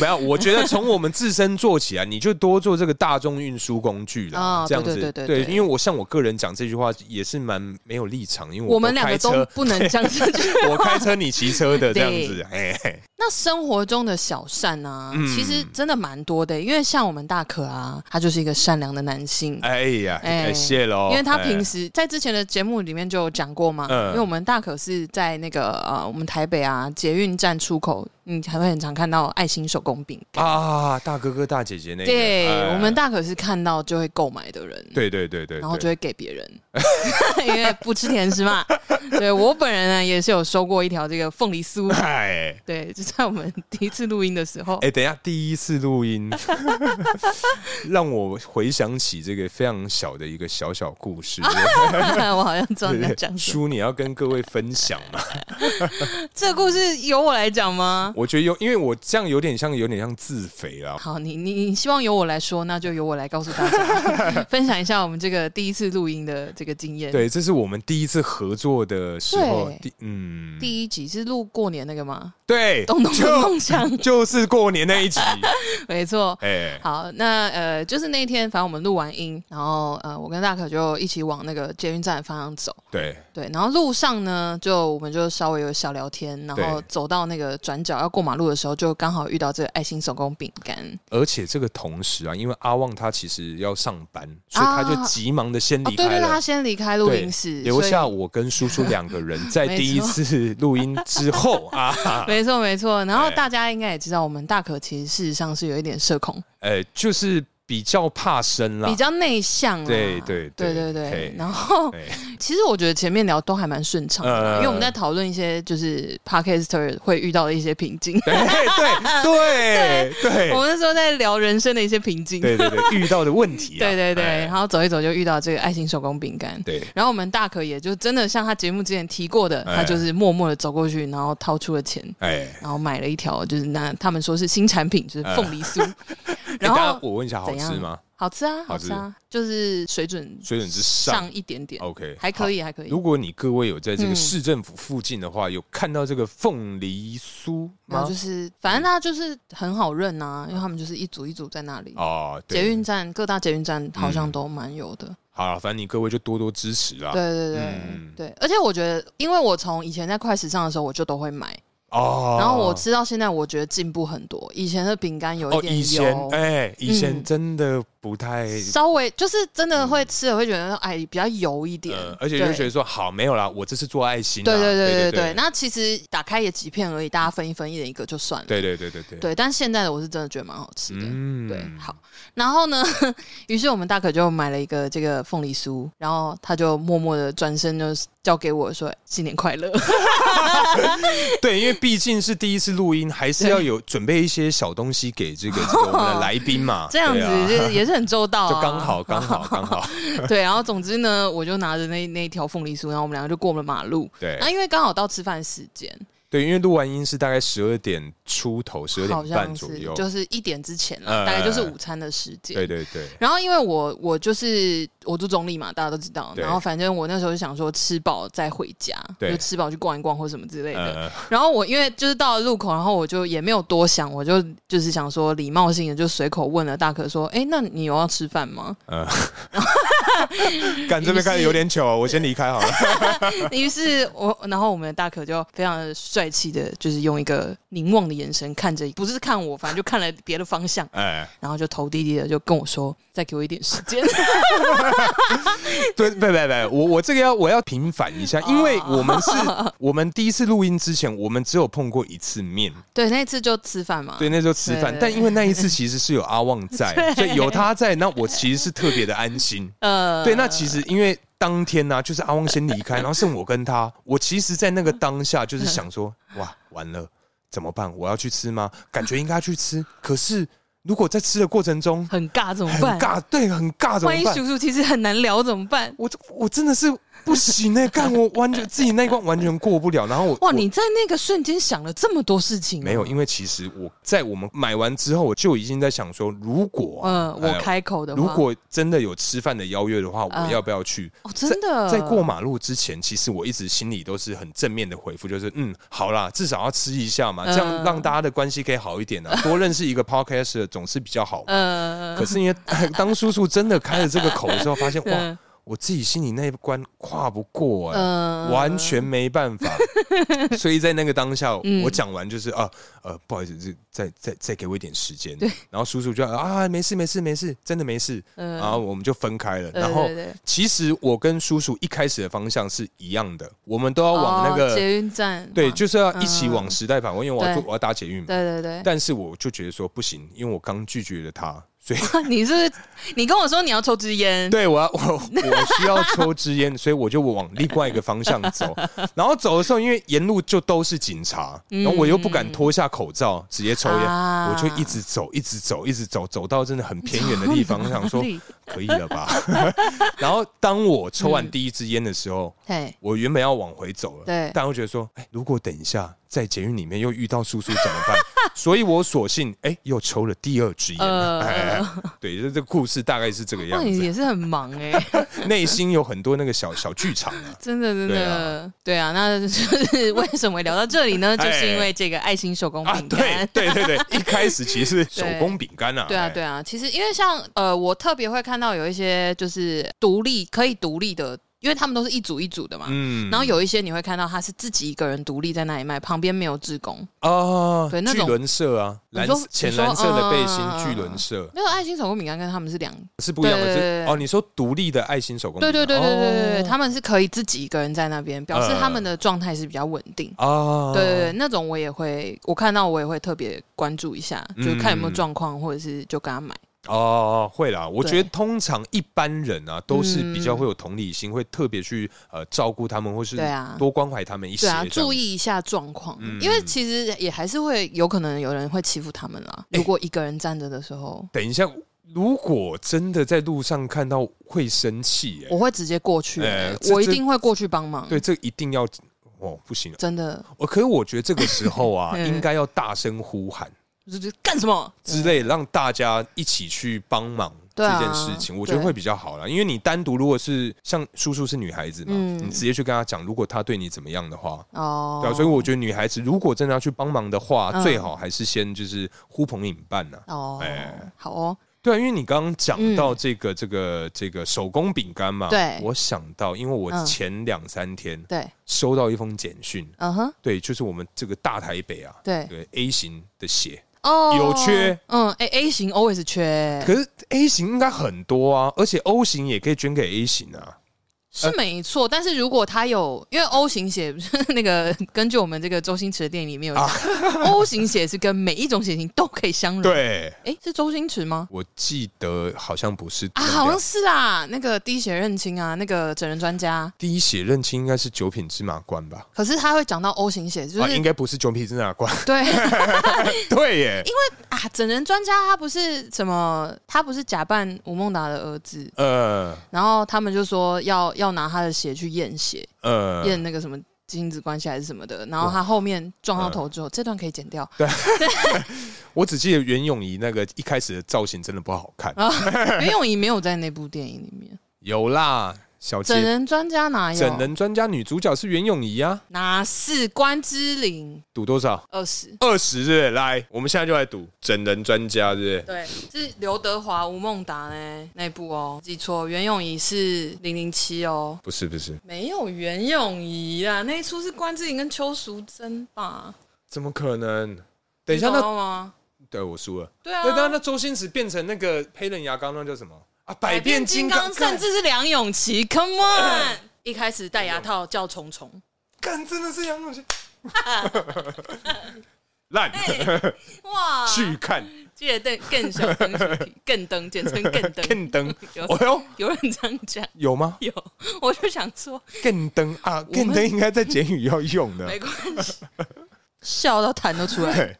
Speaker 2: 没有，我觉得从我们自身做起来，啊你就多做这个大众运输工具啦，
Speaker 1: 啊
Speaker 2: 这样子，
Speaker 1: 对对对对对
Speaker 2: 因为我像我个人讲这句话也是蛮没有立场，因为
Speaker 1: 我们两
Speaker 2: 开
Speaker 1: 个都
Speaker 2: 车，
Speaker 1: 不能这样 子去。
Speaker 2: 我开车你骑车的这样子，哎，嘿
Speaker 1: 那生活中的小善啊，
Speaker 2: 嗯
Speaker 1: 其实真的蛮多的、欸因为像我们大可啊，他就是一个善良的男性。
Speaker 2: 哎呀，
Speaker 1: 哎
Speaker 2: 哎，谢喽，
Speaker 1: 因为他
Speaker 2: 哎
Speaker 1: 平时在之前的节目里面就有讲过嘛，
Speaker 2: 嗯
Speaker 1: 因为我们大可是在那个呃，我们台北啊捷运站出口，你还会很常看到爱心手工饼干。
Speaker 2: 啊，大哥哥大姐姐那个，
Speaker 1: 对、
Speaker 2: 哎
Speaker 1: 我们，大可是看到就会购买的人，
Speaker 2: 对对对对，
Speaker 1: 然后就
Speaker 2: 对
Speaker 1: 会给别人， 因为不吃甜食嘛。对我本人呢也是有收过一条这个凤梨酥，
Speaker 2: 哎。
Speaker 1: 对，就在我们第一次录音的时候，
Speaker 2: 哎、等一下，第一次录音，让我回想起这个非常小的一个小小故事。哎
Speaker 1: 我好像知道你
Speaker 2: 对对
Speaker 1: 在
Speaker 2: 对
Speaker 1: 讲什么。
Speaker 2: 书你要跟各位分享嘛？
Speaker 1: 这个故事由我来讲吗？
Speaker 2: 我觉得有，因为我这样有点像，有点像自肥啦。
Speaker 1: 好，你你你希望由我来说，那就由我来告诉大 家，分享一下我们这个第一次录音的这个经验。，
Speaker 2: 对，这是我们第一次合作的时候
Speaker 1: 对，
Speaker 2: 第嗯，
Speaker 1: 第一集是录过年那个吗？
Speaker 2: 对，
Speaker 1: 东东的
Speaker 2: 就
Speaker 1: 梦想，
Speaker 2: 就是过年那一集，
Speaker 1: 没错。
Speaker 2: 哎，
Speaker 1: 好，那呃，就是那一天，反正我们录完音，然后呃，我跟大可就一起往那个捷运站的方向走。
Speaker 2: 对，
Speaker 1: 对，然后路上呢，就我们就稍微有小聊天，然后
Speaker 2: 对
Speaker 1: 走到那个转角要过马路的时候，就刚好遇到这个爱心手工饼干。
Speaker 2: 而且这个同时啊，因为阿旺他其实要上班，所以他就
Speaker 1: 啊
Speaker 2: 急忙的先
Speaker 1: 哦，
Speaker 2: 离
Speaker 1: 对
Speaker 2: 开
Speaker 1: 对，对
Speaker 2: 了
Speaker 1: 他。先离开录音室，
Speaker 2: 留
Speaker 1: 所以
Speaker 2: 下我跟叔叔两 个人在
Speaker 1: 没
Speaker 2: 第一
Speaker 1: 错
Speaker 2: 次录音之后 啊，
Speaker 1: 没错没错，然后
Speaker 2: 哎
Speaker 1: 大家应该也知道，我们大可其实事实上是有一点社恐，
Speaker 2: 呃，就是比较怕生啦
Speaker 1: 比，较内向啦，
Speaker 2: 对对
Speaker 1: 对
Speaker 2: 对
Speaker 1: 对对
Speaker 2: 嘿。
Speaker 1: 然后
Speaker 2: 对
Speaker 1: 其实我觉得前面聊都还蛮顺畅的啦，
Speaker 2: 呃
Speaker 1: 因为我们在讨论一些就是 podcaster 会遇到的一些瓶颈。
Speaker 2: 哎 对对对 对
Speaker 1: 我们那时候在聊人生的一些瓶颈，
Speaker 2: 对对对，遇到的问题 啊，
Speaker 1: 对对对，
Speaker 2: 哎
Speaker 1: 然后走一走就遇到这个爱心手工饼干。
Speaker 2: 对
Speaker 1: 然后我们大可也就真的像他节目之前提过的，
Speaker 2: 哎
Speaker 1: 他就是默默的走过去，然后掏出了钱，
Speaker 2: 哎，
Speaker 1: 然后买了一条，就是那他们说是新产品，就是凤梨酥。然
Speaker 2: 然
Speaker 1: 后
Speaker 2: 后我问一下，好
Speaker 1: 怎样
Speaker 2: 吃吗？
Speaker 1: 好吃啊，好
Speaker 2: 好
Speaker 1: 吃
Speaker 2: 吃
Speaker 1: 啊，就是水准
Speaker 2: 水准之上
Speaker 1: 上一点点，
Speaker 2: ，OK，
Speaker 1: 还可
Speaker 2: 以。
Speaker 1: 以，还可以。
Speaker 2: 如果你各位有在这
Speaker 1: 嗯
Speaker 2: 个市政府附近的话，有看到这个凤梨酥
Speaker 1: 然
Speaker 2: 吗
Speaker 1: 后就？是，反正他就是很好认啊，因为他们就是一组一组在那里。
Speaker 2: 哦，
Speaker 1: 捷
Speaker 2: 对，嗯
Speaker 1: 运站各大捷运站好像都蛮有的，
Speaker 2: 好啦，反正你各位就多多支持啦。
Speaker 1: 对对对、
Speaker 2: 啊嗯
Speaker 1: 对，而且我觉得，因为我从以前在快时尚的时候，我就都会买，
Speaker 2: 哦，
Speaker 1: 然后我吃到现在，我觉得进步很多。以前的饼干有一
Speaker 2: 哦，
Speaker 1: 点
Speaker 2: 以前
Speaker 1: 油，
Speaker 2: 哎，以前
Speaker 1: 嗯
Speaker 2: 真的不太
Speaker 1: 稍微就是真的会吃了会觉得哎比较油一点
Speaker 2: 嗯呃，，而且就
Speaker 1: 对
Speaker 2: 觉得说好没有啦，我这是做爱心啦。
Speaker 1: 对对对对对
Speaker 2: 对
Speaker 1: 对。那其实打开也几片而已，大家分一分，一人一个就算了。
Speaker 2: 对对对对对对，
Speaker 1: 对，但现在的我是真的觉得蛮好吃的。
Speaker 2: 嗯
Speaker 1: 对，好，然后呢？ 于是我们大可就买了一个这个凤梨酥，然后他就默默的转身，就是交给我说：“新年快乐。。
Speaker 2: 对，因为毕竟是第一次录音，还是要有准备一些小东西给这个这个我们的来宾嘛”
Speaker 1: 这样子
Speaker 2: 对啊
Speaker 1: 就是也是很周到、啊，
Speaker 2: 就刚好刚好 刚好，
Speaker 1: 对。然后总之呢，我就拿着那那一条凤梨酥，然后我们两个就过了马路。
Speaker 2: 对
Speaker 1: 那因为刚好到吃饭时间，
Speaker 2: 对，因为录完音是大概十二点出头，十二
Speaker 1: 好
Speaker 2: 点半
Speaker 1: 像
Speaker 2: 左
Speaker 1: 是
Speaker 2: 右，
Speaker 1: 就是一点之前了，
Speaker 2: 呃
Speaker 1: 大概就是午餐的时间。
Speaker 2: 对对对，
Speaker 1: 然后因为我我就是我住中立嘛，大家都知道。
Speaker 2: 对
Speaker 1: 然后反正我那时候就想说吃饱再回家，
Speaker 2: 对
Speaker 1: 就吃饱去逛一逛或什么之类的。
Speaker 2: 呃，
Speaker 1: 然后我因为就是到了路口，然后我就也没有多想，我就就是想说礼貌性的就随口问了大可说：“哎，那你有要吃饭吗
Speaker 2: 干这边看的有点糗，我先离开好了。？”
Speaker 1: 于是我，然后我们的大可就非常帅气的，就是用一个凝望的眼神看着，不是看我，反正就看了别的方向。
Speaker 2: 哎，
Speaker 1: 然后就头低低的就跟我说：“再给我一点时 间。
Speaker 2: 对，不不不，我我这个要我要平反一下，因为我们是我们第一次录音之前，我们只有碰过一次面，”
Speaker 1: 对，那一次就吃饭嘛。
Speaker 2: 对，那时候吃饭
Speaker 1: 哦对，
Speaker 2: 但因为那一次其实是有阿旺在，所以有他在，那我其实是特别的安心。
Speaker 1: 呃，
Speaker 2: 对，那其实因为当天呢、就是阿旺先离开，然后剩我跟他。我其实，在那个当下，就是想说，哇，完了，怎么办？我要去吃吗？感觉应该要去吃，可是如果在吃的过程中
Speaker 1: 很尬怎么
Speaker 2: 很
Speaker 1: 办？
Speaker 2: 尬，对，很尬，怎
Speaker 1: 万
Speaker 2: 么
Speaker 1: 一
Speaker 2: 办？
Speaker 1: 叔叔其实很难聊怎么办？
Speaker 2: 我我真的是不行哎、干我完全自己那一关完全过不了。然后我
Speaker 1: 哇，
Speaker 2: 我
Speaker 1: 你在那个瞬间想了这么多事情、哦
Speaker 2: 没有，，因为其实我在我们买完之后，我就已经在想说，如果啊、
Speaker 1: 嗯、
Speaker 2: 哎
Speaker 1: 我开口的话，
Speaker 2: 如果真的有吃饭的邀约的话，
Speaker 1: 嗯
Speaker 2: 我要不要去？
Speaker 1: 哦，真的
Speaker 2: 在过马路之前，其实我一直心里都是很正面的回复，就是嗯，好啦，至少要吃一下嘛，
Speaker 1: 嗯
Speaker 2: 这样让大家的关系可以好一点 啊，多认识一个 podcast 总是比较好。
Speaker 1: 呃，
Speaker 2: 可是因为当叔叔真的开了这个口之后，发现哇
Speaker 1: 嗯，
Speaker 2: 我自己心里那一关跨不过哎、
Speaker 1: 呃
Speaker 2: 完全没办 法，所以在那个当下，
Speaker 1: 嗯
Speaker 2: 我讲完就是啊呃，不好意思，这再再再给我一点时间。然后叔叔就啊，没事没事没事，真的没事。
Speaker 1: 嗯
Speaker 2: 然后我们就分开了。
Speaker 1: 对
Speaker 2: 然后
Speaker 1: 对对
Speaker 2: 其实我跟叔叔一开始的方向是一样的，我们都要往那
Speaker 1: 哦
Speaker 2: 个
Speaker 1: 捷运站，
Speaker 2: 对，
Speaker 1: 嗯
Speaker 2: 就是要一起往时代版，因为我要
Speaker 1: 对
Speaker 2: 做我要搭捷运嘛。
Speaker 1: 对对对。
Speaker 2: 但是我就觉得说不行，因为我刚拒绝了他，所以
Speaker 1: 你是不是你跟我说你要抽支烟，
Speaker 2: 对我要我我需要抽支烟，所以我就往另外一个方向 走。然后走的时候，因为沿路就都是警察，然后我又不敢脱下口罩直接抽烟，
Speaker 1: 嗯啊
Speaker 2: 我就一直走，一直走，一直走，走到真的很偏远的地方，我想 说
Speaker 1: 哪里
Speaker 2: 可以了吧。 然后当我抽完第一支烟的时候，
Speaker 1: 嘿，
Speaker 2: 我原本要往回走了，
Speaker 1: 对
Speaker 2: 但我觉得说，哎、如果等一下在捷运里面又遇到叔叔怎么 办？所以我索性哎、又抽了第二支烟。
Speaker 1: 呃
Speaker 2: 哎， 对，这这个故事大概是这个
Speaker 1: 哇，
Speaker 2: 样
Speaker 1: 你
Speaker 2: 子，
Speaker 1: 也是很忙 哎、
Speaker 2: 内心有很多那个小小剧场啊。
Speaker 1: 真的真
Speaker 2: 对
Speaker 1: 的，
Speaker 2: 啊
Speaker 1: 对啊，那就是为什么会聊到这里呢？
Speaker 2: 哎
Speaker 1: 就是因为这个爱心手工
Speaker 2: 啊，
Speaker 1: 饼干
Speaker 2: 对。对对对， 一开始其实是手工饼干啊，
Speaker 1: 对啊，
Speaker 2: 哎
Speaker 1: 对啊，其实因为像呃，我特别会看到有一些就是独立可以独立的，因为他们都是一组一组的嘛。
Speaker 2: 嗯
Speaker 1: 然后有一些你会看到他是自己一个人独立在那里卖，旁边没有志工。
Speaker 2: 啊，
Speaker 1: 对那
Speaker 2: 巨
Speaker 1: 种
Speaker 2: 轮社啊，
Speaker 1: 你
Speaker 2: 蓝
Speaker 1: 说
Speaker 2: 浅
Speaker 1: 你说
Speaker 2: 蓝色的背
Speaker 1: 嗯
Speaker 2: 心巨轮社
Speaker 1: 没有爱心手工饼干跟他们是两，
Speaker 2: 是不一样
Speaker 1: 对
Speaker 2: 的，
Speaker 1: 对对
Speaker 2: 是哦，你说独立的爱心手工
Speaker 1: 对
Speaker 2: 饼
Speaker 1: 对
Speaker 2: 干，
Speaker 1: 对对对对对，
Speaker 2: 哦呃
Speaker 1: 他们是可以自己一个人在那边，表示他们的状态是比较稳定。
Speaker 2: 啊，
Speaker 1: 对对对，那种我也会，我看到我也会特别关注一下，就是看有没有
Speaker 2: 嗯
Speaker 1: 状况，或者是就跟他买。
Speaker 2: 哦，会啦。我
Speaker 1: 对嗯
Speaker 2: 觉得通常一般人啊，都是比较会有同理心，会特别去呃照顾他们，或是
Speaker 1: 对啊
Speaker 2: 多关怀他们一些。
Speaker 1: 对啊，
Speaker 2: 这样
Speaker 1: 注意一下状况，
Speaker 2: 嗯
Speaker 1: 因为其实也还是会有可能有人会欺负他们啦。如果一个人站着的时候，
Speaker 2: 等一下，如果真的在路上看到，会生气、欸。
Speaker 1: 我会直接过去、
Speaker 2: 哎
Speaker 1: 欸
Speaker 2: 这
Speaker 1: 我一
Speaker 2: 这
Speaker 1: 定会过去帮忙。
Speaker 2: 对，这一定要哦，不行了。
Speaker 1: 真的，
Speaker 2: 我可是我觉得这个时 候啊，
Speaker 1: 嗯
Speaker 2: 应该要大声呼喊
Speaker 1: 就是干什么？
Speaker 2: 之类，让大家一起去帮忙。
Speaker 1: 对
Speaker 2: 这
Speaker 1: 啊
Speaker 2: 件事情，我觉得
Speaker 1: 对
Speaker 2: 会比较好啦，因为你单独如果是像叔叔是女孩子嘛，
Speaker 1: 嗯
Speaker 2: 你直接去跟她讲，如果她对你怎么样的话，
Speaker 1: 哦，
Speaker 2: 对啊，所以我觉得女孩子如果真的要去帮忙的话，
Speaker 1: 嗯
Speaker 2: 最好还是先就是呼朋引伴呐、啊。
Speaker 1: 哦，
Speaker 2: 哎
Speaker 1: 好哦，
Speaker 2: 对啊，因为你刚刚讲到这个、这个这个手工饼干嘛，
Speaker 1: 嗯对
Speaker 2: 我想到，因为我
Speaker 1: 嗯
Speaker 2: 前两三天
Speaker 1: 对，
Speaker 2: 收到一封简讯，
Speaker 1: 嗯哼，
Speaker 2: 对，就是我们这个大台北啊，
Speaker 1: 对，
Speaker 2: 对 A 型的血，
Speaker 1: 哦，
Speaker 2: 有缺，
Speaker 1: 嗯，哎，A 型 always 缺，
Speaker 2: 可是 A 型应该很多啊，而且 O 型也可以捐给 A 型啊，
Speaker 1: 是没错，但是如果他有，因为 O 型血 那个，根据我们这个周星驰的电影里面有
Speaker 2: 啊
Speaker 1: 讲、o 型血是跟每一种血型都可以相容。，
Speaker 2: 对，
Speaker 1: 哎，是周星驰吗？
Speaker 2: 我记得好像不是
Speaker 1: 啊，好像是啊，那个滴血认亲啊，那个整人专家。
Speaker 2: 第一血认亲应该是九品芝麻官吧，
Speaker 1: 可是他会讲到 O 型血，就是、
Speaker 2: 啊，应该不是九品芝麻官，
Speaker 1: 对
Speaker 2: 对耶，
Speaker 1: 啊，整人专家他不是什么，他不是假扮吴孟达的儿子，
Speaker 2: 呃
Speaker 1: 然后他们就说要要拿他的血去验血，
Speaker 2: 呃，
Speaker 1: 验那个什么精子关系还是什么的，然后他后面撞
Speaker 2: 嗯
Speaker 1: 到头之后，这段可以剪掉，
Speaker 2: 我只记得袁咏仪那个一开始的造型真的不好
Speaker 1: 嗯
Speaker 2: 看，
Speaker 1: 袁咏仪啊 没有在那部电影里面，
Speaker 2: 有啦，小
Speaker 1: 整
Speaker 2: 杰
Speaker 1: 人专家哪有？
Speaker 2: 整人专家女主角是袁咏仪啊，
Speaker 1: 哪是关之琳
Speaker 2: 赌多少？
Speaker 1: 二十？
Speaker 2: 二十是不是来，我们现在就来赌整人专家，对不
Speaker 1: 对，
Speaker 2: 对？
Speaker 1: 是刘德华、吴孟达呢那一部哦，记错，袁咏仪是零零七哦。
Speaker 2: 不是不是，
Speaker 1: 没有袁咏仪啦，那一出是关之琳跟邱淑贞吧？
Speaker 2: 怎么可能？等一下，
Speaker 1: 你懂
Speaker 2: 那
Speaker 1: 到吗？
Speaker 2: 对我输了。
Speaker 1: 对啊，
Speaker 2: 对，那那周星驰变成那个黑人牙膏，那叫什么啊？百变金刚，
Speaker 1: 甚至是梁咏琪，Come on！一 开始戴牙套叫虫虫，
Speaker 2: 干真的是杨永信，烂
Speaker 1: 哇，
Speaker 2: 去看
Speaker 1: 借得更 小灯实体，更灯简称更灯，
Speaker 2: 更灯，
Speaker 1: 有
Speaker 2: 哦哟，
Speaker 1: 有人这样讲。
Speaker 2: 有吗？
Speaker 1: 有，我就想说，
Speaker 2: 更灯啊，
Speaker 1: 们
Speaker 2: 更灯应该在简语要用的。
Speaker 1: 没关系， 笑到痰都出 来。
Speaker 2: 对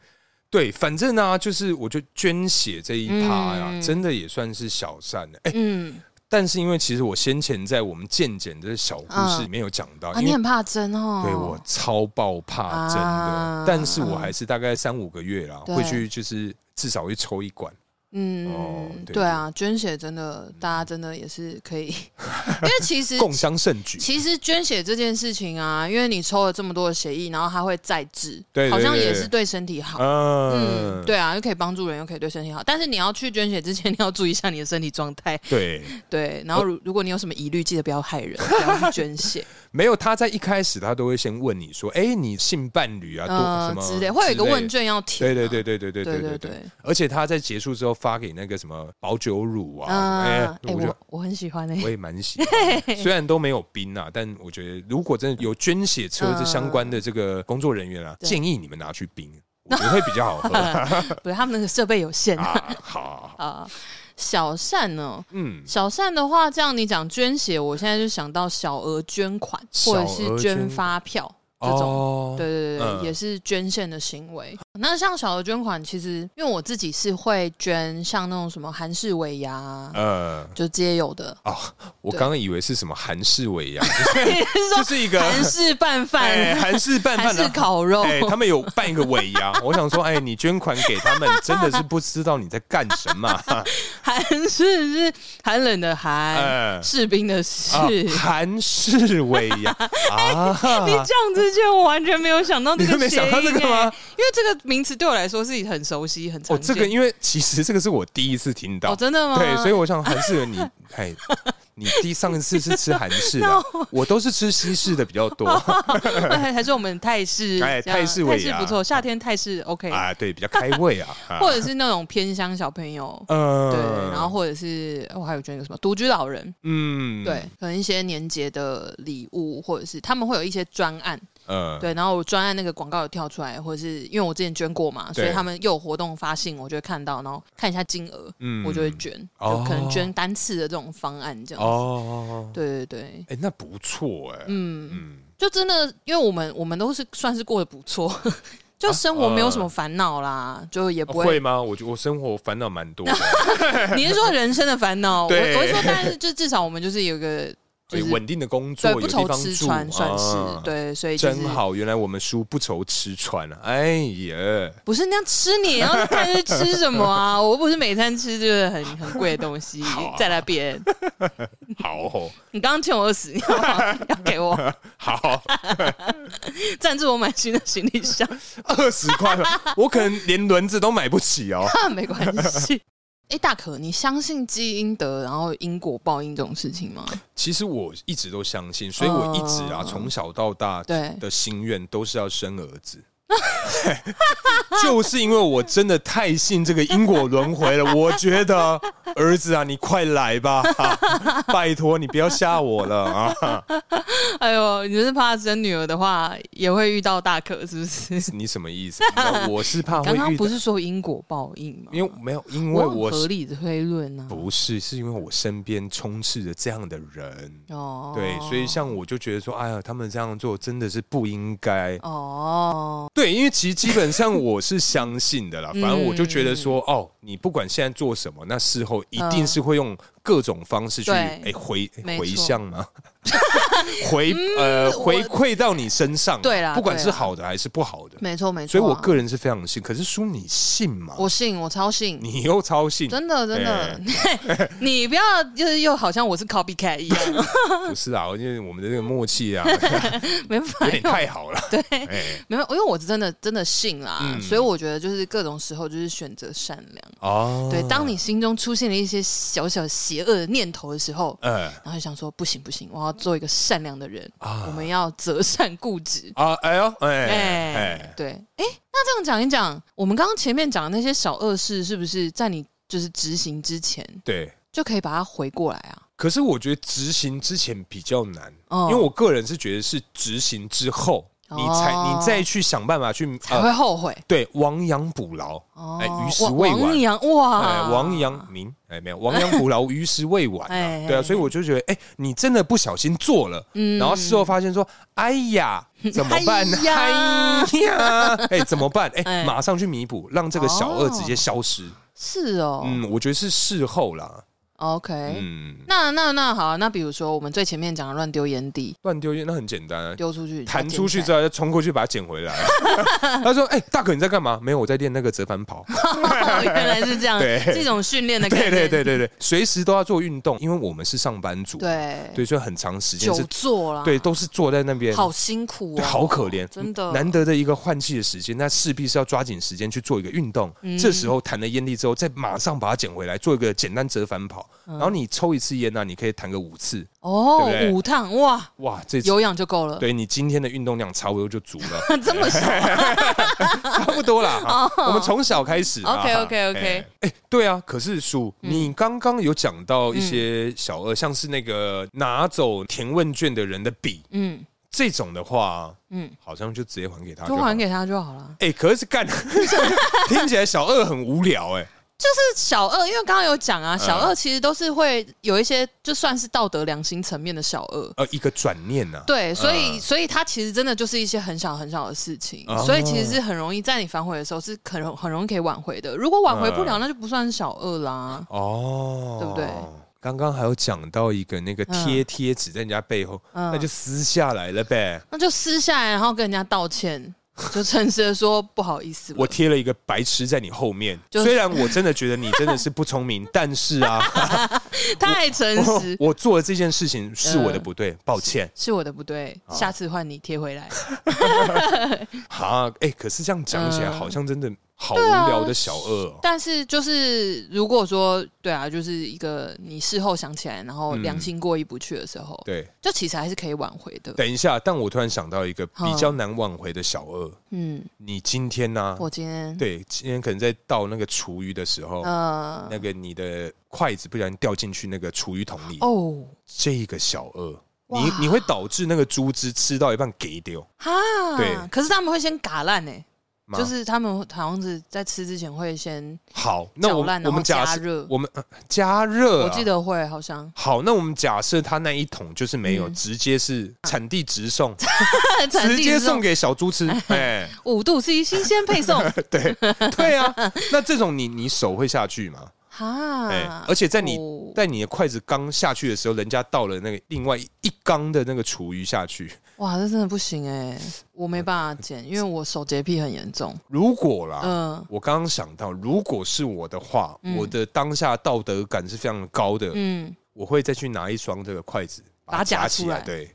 Speaker 2: 对，反正呢、就是我就捐血这一趴呀、
Speaker 1: 嗯
Speaker 2: 真的也算是小善的、哎、
Speaker 1: 嗯，
Speaker 2: 但是因为其实我先前在我们健检的小故事里面有讲到，
Speaker 1: 啊，
Speaker 2: 因
Speaker 1: 你
Speaker 2: 为
Speaker 1: 很怕针哦？
Speaker 2: 对我超爆怕针的、
Speaker 1: 啊嗯
Speaker 2: 但是我还是大概三五个月啦，
Speaker 1: 对
Speaker 2: 会去就是至少会抽一管。哦
Speaker 1: 嗯，
Speaker 2: 对嗯
Speaker 1: 对啊，捐血真的，大家真的也是可以， 因为其实
Speaker 2: 共襄盛举，
Speaker 1: 其实捐血这件事情啊，因为你抽了这么多的血液，然后它会再制，
Speaker 2: 对对
Speaker 1: 好像
Speaker 2: 对
Speaker 1: 也
Speaker 2: 对
Speaker 1: 是对身体好。
Speaker 2: 嗯
Speaker 1: 嗯，，对啊，又可以帮助人，又可以对身体好。但是你要去捐血之前，你要注意一下你的身体状态。
Speaker 2: 对，
Speaker 1: 对，
Speaker 2: 哦
Speaker 1: 然后如如果你有什么疑虑，记得不要害人，不要去捐血，
Speaker 2: 没有他在一开始他都会先问你说，哎、你性伴 侣啊，多、什
Speaker 1: 嗯
Speaker 2: 么
Speaker 1: 之类，会有一个
Speaker 2: 之类
Speaker 1: 问卷要填
Speaker 2: 对
Speaker 1: 啊。
Speaker 2: 对对对对对对
Speaker 1: 对
Speaker 2: 对
Speaker 1: 对
Speaker 2: 对
Speaker 1: 对，
Speaker 2: 而且他在结束之后发给那个什么保酒乳啊，
Speaker 1: 嗯，
Speaker 2: 哎、
Speaker 1: 哎，
Speaker 2: 我就
Speaker 1: 我我很喜欢哎，
Speaker 2: 我也蛮喜欢的，虽然都没有冰啊，但我觉得如果真的有捐血车这相关的这个工作人员啊，
Speaker 1: 对
Speaker 2: 建议你们拿去冰，我觉得会比较 好喝啊。
Speaker 1: 不是他们那个设备有限啊。
Speaker 2: 好好，好
Speaker 1: 小善呢？
Speaker 2: 嗯，
Speaker 1: 小善的话，这样你讲捐血，我现在就想到小额捐款或者
Speaker 2: 小额
Speaker 1: 是
Speaker 2: 捐款
Speaker 1: 捐发票这种。
Speaker 2: 哦，
Speaker 1: 对对对对，
Speaker 2: 嗯
Speaker 1: 也是捐献的行为。那像小额捐款，其实因为我自己是会捐，像那种什么韩式尾牙啊，
Speaker 2: 呃，
Speaker 1: 就皆有 的，
Speaker 2: 我刚刚以为是什么韩式尾 牙，
Speaker 1: 是
Speaker 2: 就
Speaker 1: 说
Speaker 2: 是一个
Speaker 1: 韩式拌
Speaker 2: 哎
Speaker 1: 饭、
Speaker 2: 韩式拌
Speaker 1: 韩
Speaker 2: 饭
Speaker 1: 式
Speaker 2: 的。
Speaker 1: 烤肉，
Speaker 2: 哎、他们有办一个尾 牙，我想说，哎、你捐款给他们，真的是不知道你在干什么、啊
Speaker 1: 韩式是寒冷的寒，
Speaker 2: 哎
Speaker 1: 士兵的
Speaker 2: 啊
Speaker 1: 士。
Speaker 2: 韩式尾 牙啊
Speaker 1: 你，这样子就完全没有想到这
Speaker 2: 你都
Speaker 1: 个
Speaker 2: 没
Speaker 1: 谐音、
Speaker 2: 想到这个
Speaker 1: 哎
Speaker 2: 吗？
Speaker 1: 因为这个名词对我来说是很熟悉、很常
Speaker 2: 哦，
Speaker 1: 见。
Speaker 2: 这个因为其实这个是我第一次听到，
Speaker 1: 哦，真的吗？
Speaker 2: 对，所以我想韩式尾你，哎，你第上一次是吃韩式的，我都是吃西式的比较 多啊
Speaker 1: 还还是我们泰式，
Speaker 2: 哎
Speaker 1: 这样
Speaker 2: 泰式
Speaker 1: 泰
Speaker 2: 尾
Speaker 1: 式
Speaker 2: 牙
Speaker 1: 不错，夏天泰式 OK，
Speaker 2: 啊，对，比较开胃啊，啊
Speaker 1: 或者是那种偏乡小朋友，
Speaker 2: 嗯
Speaker 1: 对，然后或者是哦我还有觉得那个什么独居老人，
Speaker 2: 嗯，
Speaker 1: 对，，可能一些年节的礼物，或者是他们会有一些专案，
Speaker 2: 嗯，
Speaker 1: 对，然后我专案那个广告有跳出来，或者是因为我之前捐过嘛，所以
Speaker 2: 对
Speaker 1: 他们又有活动发信，我就会看到，然后看一下金额，
Speaker 2: 嗯
Speaker 1: 我就会捐，
Speaker 2: 哦
Speaker 1: 就可能捐单次的这种方案这样子。
Speaker 2: 哦，
Speaker 1: 对对对，
Speaker 2: 哎，那不错哎，
Speaker 1: 嗯，
Speaker 2: 嗯，
Speaker 1: 就真的，因为我们我们都是算是过得不错， 就生活没有什么烦恼啦，就也不
Speaker 2: 啊呃哦会
Speaker 1: 会。
Speaker 2: 吗？我觉我生活烦恼蛮多的，
Speaker 1: 你是说人生的烦 恼？我
Speaker 2: 对
Speaker 1: 我是说，但是就至少我们就是有个 就
Speaker 2: 对
Speaker 1: 是
Speaker 2: 稳定的工作，
Speaker 1: 对
Speaker 2: 有
Speaker 1: 不
Speaker 2: 地
Speaker 1: 愁
Speaker 2: 方
Speaker 1: 吃
Speaker 2: 住
Speaker 1: 穿，算是
Speaker 2: 啊
Speaker 1: 对，所以就是
Speaker 2: 真好，原来我们书不愁吃穿啊！哎呀，
Speaker 1: 不是那样吃你， 然后看是吃什么啊？我不是每餐吃就是很很贵的东 西，
Speaker 2: 好啊
Speaker 1: 在那边。
Speaker 2: 好哦
Speaker 1: 你刚刚欠我二十，你要吗要给我
Speaker 2: 好，
Speaker 1: 赞助我买新的行李 箱，
Speaker 2: 二十块吧，我可能连轮子都买不起哦。
Speaker 1: 啊没关 系。哎、大可，你相信基因德然后因果报应这种事情吗？
Speaker 2: 其实我一直都相信，所以我一直啊，
Speaker 1: 嗯
Speaker 2: 从小到大
Speaker 1: 对
Speaker 2: 的心愿都是要生儿子。 就是因为我真的太信这个因果轮回了，我觉得儿子啊，你快来吧， 啊拜托你不要吓我了啊！
Speaker 1: 哎呦，你是怕生女儿的话也会遇到大可，是不是？
Speaker 2: 你什么意思？那我是怕会
Speaker 1: 刚刚
Speaker 2: 遇到
Speaker 1: 不，是说因果报应吗？
Speaker 2: 因为没有，因为
Speaker 1: 我很
Speaker 2: 我
Speaker 1: 合
Speaker 2: 是
Speaker 1: 理的推论啊。
Speaker 2: 不是，是因为我身边充斥着这样的人，
Speaker 1: 哦，
Speaker 2: 对，所以像我就觉得说，哎呀，他们这样做真的是不应该。
Speaker 1: 哦，
Speaker 2: 对，因为其实基本 上我是相信的啦，反正我就
Speaker 1: 嗯
Speaker 2: 觉得说，哦，你不管现在做什么，那事后一定是会用各种方式去
Speaker 1: 对
Speaker 2: 哎回哎
Speaker 1: 没错嗯
Speaker 2: 回 向嘛，回呃回馈到你身上，
Speaker 1: 对啦
Speaker 2: 不管
Speaker 1: 对
Speaker 2: 是
Speaker 1: 啦
Speaker 2: 好的还是不好的，
Speaker 1: 没错没错啊、
Speaker 2: 所以我个人是非常信。可是叔，你信吗？
Speaker 1: 我信，我超信。
Speaker 2: 你又超信，
Speaker 1: 真的真的， 你不要就是又好像我是 copycat 一 样，
Speaker 2: 不是啊？因为我们的这个默 契啊，
Speaker 1: 哎没办法
Speaker 2: 有点太好了。对，哎，
Speaker 1: 没有，因为我是真的真的信啦，
Speaker 2: 嗯
Speaker 1: 所以我觉得就是各种时候就是选择善良。
Speaker 2: 哦，
Speaker 1: 对，当你心中出现了一些小小邪恶的念头的时候，
Speaker 2: 呃
Speaker 1: 然后就想说不行不行，我要做一个善良的人，
Speaker 2: 啊
Speaker 1: 我们要择善固执。
Speaker 2: 啊，哎呦，哎
Speaker 1: 哎、
Speaker 2: 哎，
Speaker 1: 对，哎、那这样讲一讲，我们刚刚前面讲的那些小恶事，是不是在你就是执行之前
Speaker 2: 对。
Speaker 1: 就可以把它回过来啊？
Speaker 2: 可是我觉得执行之前比较难，
Speaker 1: 哦
Speaker 2: 因为我个人是觉得是执行之后，你才
Speaker 1: 哦
Speaker 2: 你再去想办法去
Speaker 1: 才会
Speaker 2: 呃，
Speaker 1: 后悔。
Speaker 2: 对，亡羊补牢，
Speaker 1: 哦，
Speaker 2: 哎于时
Speaker 1: 王
Speaker 2: 未晚
Speaker 1: 王阳哇，
Speaker 2: 哎，亡羊明，哎，没有亡羊 补牢，于时未晚
Speaker 1: 哎嗯
Speaker 2: 啊，对啊，所以我就觉得，哎，你真的不小心做了，然后事后发现说，哎 呀，怎么办呢？
Speaker 1: 哎呀
Speaker 2: 哎呀，哎，怎 么办？
Speaker 1: 哎哦
Speaker 2: 哎，马上去弥补，让这个小恶直接消失。
Speaker 1: 是哦、
Speaker 2: 嗯，我觉得是事后啦，
Speaker 1: o k
Speaker 2: 嗯，
Speaker 1: 那那那好，那比如说我们最前面讲的乱丢烟蒂，
Speaker 2: 乱丢烟那很简单啊，
Speaker 1: 丢出去，
Speaker 2: 弹出去之
Speaker 1: 后，
Speaker 2: 后再冲过去把它捡回来。啊 他说：“哎、大哥你在干嘛？没有，我在练那个折返 跑。
Speaker 1: 哦原来是这样，
Speaker 2: 对
Speaker 1: 这种训练的概
Speaker 2: 对
Speaker 1: 念，
Speaker 2: 对对对对，随时都要做运动，因为我们是上班族，
Speaker 1: 对
Speaker 2: 对，所以很长时间
Speaker 1: 久
Speaker 2: 是，
Speaker 1: 坐啦，
Speaker 2: 对，都是坐在那边，
Speaker 1: 好辛苦
Speaker 2: 对
Speaker 1: 哦，
Speaker 2: 好可怜，
Speaker 1: 真的
Speaker 2: 难得的一个换气的时间，那势必是要抓紧时间去做一个运动。
Speaker 1: 嗯
Speaker 2: 这时候弹了烟蒂之后，再马上把它捡回来，做一个简单折返跑。
Speaker 1: 嗯
Speaker 2: 然后你抽一次烟啊呢、你可以弹个五次，
Speaker 1: 哦
Speaker 2: 对不，对
Speaker 1: 五趟哇，
Speaker 2: 哇，这次
Speaker 1: 有氧就够了，
Speaker 2: 对你今天的运动量差不多就足了。”
Speaker 1: 这么 少，
Speaker 2: 差不 多啦，
Speaker 1: 哦
Speaker 2: 哈我们从小开始啦。哈
Speaker 1: OK，OK，OK
Speaker 2: 哎哎，对啊，可是叔，
Speaker 1: 嗯
Speaker 2: 你刚刚有讲到一些小恶，像是那个拿走填问卷的人的笔
Speaker 1: 嗯
Speaker 2: 这种的话，
Speaker 1: 嗯，
Speaker 2: 好像就直接还给他
Speaker 1: 就
Speaker 2: 好
Speaker 1: 还。给他就好了。
Speaker 2: 哎，可是干， 听起来小恶很无聊哎。
Speaker 1: 就是小二，因为刚刚有讲
Speaker 2: 嗯
Speaker 1: 啊，小二其实都是会有一些，就算是道德良心层面的小二，
Speaker 2: 呃，一个转念呐，
Speaker 1: 对，所以、所以它其实真的就是一些很小很小的事情，
Speaker 2: 嗯哦
Speaker 1: 所以其实是很容易在你反悔的时候是很容很容易可以挽回的。如果挽回不了，
Speaker 2: 嗯
Speaker 1: 那就不算是小恶啦。
Speaker 2: 哦，
Speaker 1: 对不对？
Speaker 2: 刚刚还有讲到一个那个贴贴纸在人家背后，
Speaker 1: 嗯
Speaker 2: 那就撕下来了呗。
Speaker 1: 那就撕下来，然后跟人家道歉，就诚实的说不好意思了。
Speaker 2: 我贴了一个白痴在你后面，
Speaker 1: 就是
Speaker 2: 虽然我真的觉得你真的是不聪明， 但是啊，
Speaker 1: 太诚实嗯
Speaker 2: 我我做的这件事情是我的不对，抱歉
Speaker 1: 是我的不对，
Speaker 2: 好
Speaker 1: 下次换你贴回来。
Speaker 2: 啊。哎、可是这样讲起来，
Speaker 1: 嗯
Speaker 2: 好像真的好无聊的小恶哦、
Speaker 1: 但是就是如果说对啊，就是一个你事后想起来，然后良心过意不去的时候，
Speaker 2: 嗯对，
Speaker 1: 就其实还是可以挽回的。
Speaker 2: 等一下，但我突然想到一个比较难挽回的小恶，
Speaker 1: 嗯，
Speaker 2: 你今天呢、
Speaker 1: 我今天
Speaker 2: 对，今天可能在倒那个厨余的时候，
Speaker 1: 呃
Speaker 2: 那个你的筷子不小心掉进去那个厨余桶里，
Speaker 1: 哦
Speaker 2: 这一个小恶，
Speaker 1: 哇
Speaker 2: 你你会导致那个猪汁吃到一半给丢
Speaker 1: 哈，
Speaker 2: 对
Speaker 1: 可是他们会先嘎烂呢、
Speaker 2: 吗？
Speaker 1: 就是他们好像是在吃之前会先，
Speaker 2: 好，那我
Speaker 1: 搅烂
Speaker 2: 们
Speaker 1: 然
Speaker 2: 我
Speaker 1: 后
Speaker 2: 们假
Speaker 1: 加
Speaker 2: 设
Speaker 1: 热
Speaker 2: 我们、呃加热、
Speaker 1: 我记。得会好像
Speaker 2: 好，那我们假设他那一桶就是没有，
Speaker 1: 嗯
Speaker 2: 直接是产地直送，
Speaker 1: 产
Speaker 2: 直
Speaker 1: 地
Speaker 2: 接
Speaker 1: 是这种
Speaker 2: 送给小猪 吃。哎，
Speaker 1: 五度 C 新鲜配 送
Speaker 2: 对对啊，那这种你你手会下去吗？
Speaker 1: 哈、
Speaker 2: 哎、而且在你、
Speaker 1: 嗯哦
Speaker 2: 在你的筷子刚下去的时候，人家倒了那个另外一缸的那个厨余下去。
Speaker 1: 哇，这真的不行哎、我没办法剪，因为我手洁癖很严重。
Speaker 2: 如果啦，
Speaker 1: 嗯、
Speaker 2: 我刚刚想到，如果是我的话，
Speaker 1: 嗯
Speaker 2: 我的当下道德感是非常高的，
Speaker 1: 嗯，
Speaker 2: 我会再去拿一双这个筷子
Speaker 1: 把它夹
Speaker 2: 夹起
Speaker 1: 出
Speaker 2: 来。
Speaker 1: 来
Speaker 2: 对，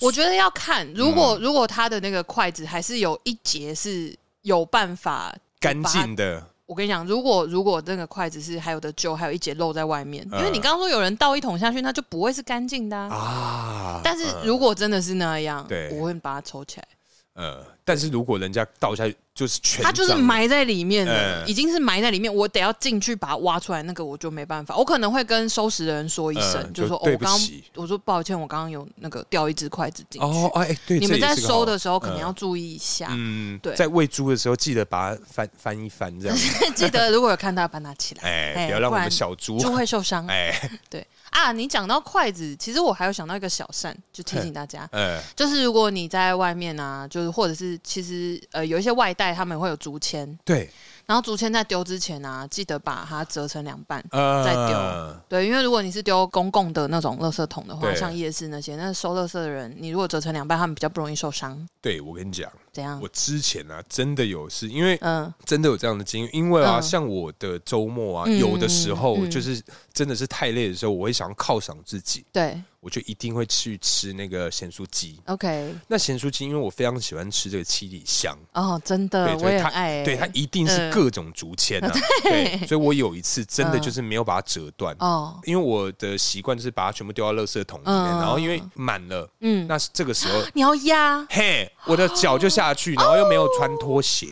Speaker 1: 我觉得要看，如果、
Speaker 2: 嗯
Speaker 1: 如果他的那个筷子还是有一节是有办法
Speaker 2: 干。
Speaker 1: 把它
Speaker 2: 净的，
Speaker 1: 我跟你讲，如果如果那个筷子是还有的揪，还有一节露在外面，
Speaker 2: 嗯
Speaker 1: 因为你刚刚说有人倒一桶下去，那就不会是干净的啊、
Speaker 2: 啊
Speaker 1: 但是如果真的是那样，
Speaker 2: 对
Speaker 1: 我会把它抽起来。
Speaker 2: 呃，但是如果人家倒下去就是全
Speaker 1: 它就是
Speaker 2: 脏
Speaker 1: 埋在里面的，
Speaker 2: 嗯
Speaker 1: 已经是埋在里面，我得要进去把它挖出来，那个我就没办法。我可能会跟收拾的人说一声，
Speaker 2: 嗯
Speaker 1: 就说
Speaker 2: 就
Speaker 1: 哦，
Speaker 2: 对
Speaker 1: 我
Speaker 2: 不
Speaker 1: 刚刚
Speaker 2: 起
Speaker 1: 我说抱歉，我刚刚有那个掉一只筷子进去。
Speaker 2: 哦，哎、对，
Speaker 1: 你
Speaker 2: 这
Speaker 1: 们
Speaker 2: 也
Speaker 1: 在
Speaker 2: 是个
Speaker 1: 收
Speaker 2: 好
Speaker 1: 的时候可能要
Speaker 2: 嗯
Speaker 1: 注意一下，
Speaker 2: 嗯，
Speaker 1: 对
Speaker 2: 在喂猪的时候记得把它翻翻一翻， 这样，
Speaker 1: 记得如果有看到，把它拿起来，
Speaker 2: 嗯哎、
Speaker 1: 哎
Speaker 2: 不要让
Speaker 1: 不
Speaker 2: 我
Speaker 1: 然
Speaker 2: 们小猪，
Speaker 1: 就会受伤。
Speaker 2: 哎、
Speaker 1: 对啊，你讲到筷子，其实我还有想到一个小善，就提醒大家，
Speaker 2: 呃，
Speaker 1: 就是如果你在外面啊，就是或者是其实呃有一些外带他们会有竹签，
Speaker 2: 对，
Speaker 1: 然后竹签在丢之前啊，记得把它折成两半。
Speaker 2: 呃，
Speaker 1: 再丢对，因为如果你是丢公共的那种垃圾桶的话，
Speaker 2: 对
Speaker 1: 像夜市那些，那收垃圾的人，你如果折成两半，他们比较不容易受伤。
Speaker 2: 对我跟你讲，
Speaker 1: 怎样
Speaker 2: 我？之前啊，真的有是因为
Speaker 1: 嗯
Speaker 2: 真的有这样的经验，因为啊，
Speaker 1: 嗯
Speaker 2: 像我的周末啊，
Speaker 1: 嗯
Speaker 2: 有的时候
Speaker 1: 嗯
Speaker 2: 就是真的是太累的时候，我会想要犒赏自己，
Speaker 1: 对
Speaker 2: 我就一定会去吃那个咸酥鸡。
Speaker 1: ，OK，
Speaker 2: 那咸酥鸡，因为我非常喜欢吃这个七里香，
Speaker 1: 哦，真的，
Speaker 2: 对，
Speaker 1: 我
Speaker 2: 所以
Speaker 1: 也
Speaker 2: 它
Speaker 1: 很爱欸、
Speaker 2: 对它一定是
Speaker 1: 嗯
Speaker 2: 各种竹 签啊，对，所以我有一次真的就是没有把它折断，
Speaker 1: 哦，
Speaker 2: 因为我的习惯就是把它全部丢到垃圾桶里面，
Speaker 1: 嗯
Speaker 2: 然后因为满了，
Speaker 1: 嗯，
Speaker 2: 那这个时候，
Speaker 1: 你要压，
Speaker 2: 嘿，我的脚就下去，然后又没有穿拖鞋，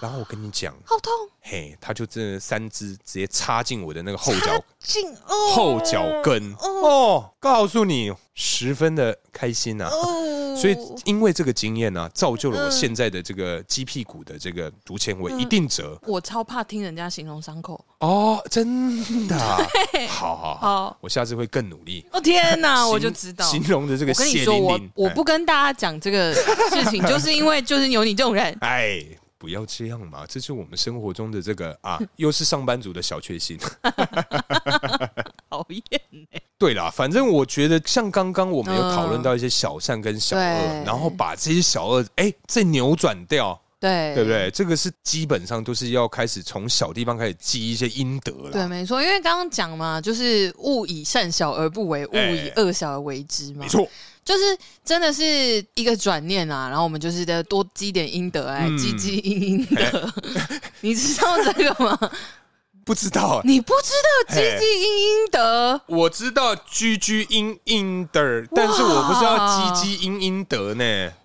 Speaker 2: 然后我跟你讲，
Speaker 1: 好痛，
Speaker 2: 嘿，它就真的三只直接插进我的那个后脚
Speaker 1: 劲哦，
Speaker 2: 后脚跟，哦，告诉你，十分的开心啊呐、
Speaker 1: 哦，
Speaker 2: 所以，因为这个经验呢、啊，造就了我现在的这个鸡屁股的这个竹签，
Speaker 1: 嗯
Speaker 2: 我一定折
Speaker 1: 我超怕听人家形容伤口。
Speaker 2: 哦，真 的啊、好好好，
Speaker 1: 哦，
Speaker 2: 我下次会更努力。
Speaker 1: 哦天 哪，
Speaker 2: 形
Speaker 1: 我就知道。
Speaker 2: 形容的这个
Speaker 1: 我跟你
Speaker 2: 血
Speaker 1: 说，
Speaker 2: 淋
Speaker 1: 我
Speaker 2: 淋，哎
Speaker 1: 我不跟大家讲这个事 情，就是因为就是有你这种人。
Speaker 2: 哎。哎不要这样嘛！这是我们生活中的这个啊，
Speaker 1: 嗯
Speaker 2: 又是上班族的小确幸。
Speaker 1: 讨厌。
Speaker 2: 对啦，反正我觉得像刚刚我们有讨论到一些小善跟小恶，
Speaker 1: 嗯对
Speaker 2: 然后把这些小恶哎、再扭转掉，
Speaker 1: 对，
Speaker 2: 对不？对？这个是基本上都是要开始从小地方开始积一些阴德了。
Speaker 1: 对，没错，因为刚刚讲嘛，就是勿以善小而不为，勿以
Speaker 2: 哎
Speaker 1: 恶小而为之嘛
Speaker 2: 没。错，
Speaker 1: 就是真的是一个转念啊，然后我们就是得多积点阴德，哎，
Speaker 2: 嗯
Speaker 1: 积积 阴阴德， 你知道这个吗？
Speaker 2: 不知道、
Speaker 1: 你不知道积
Speaker 2: 哎
Speaker 1: 积阴阴德，
Speaker 2: 我知道居居阴阴德，但是我不知道积积阴阴德呢。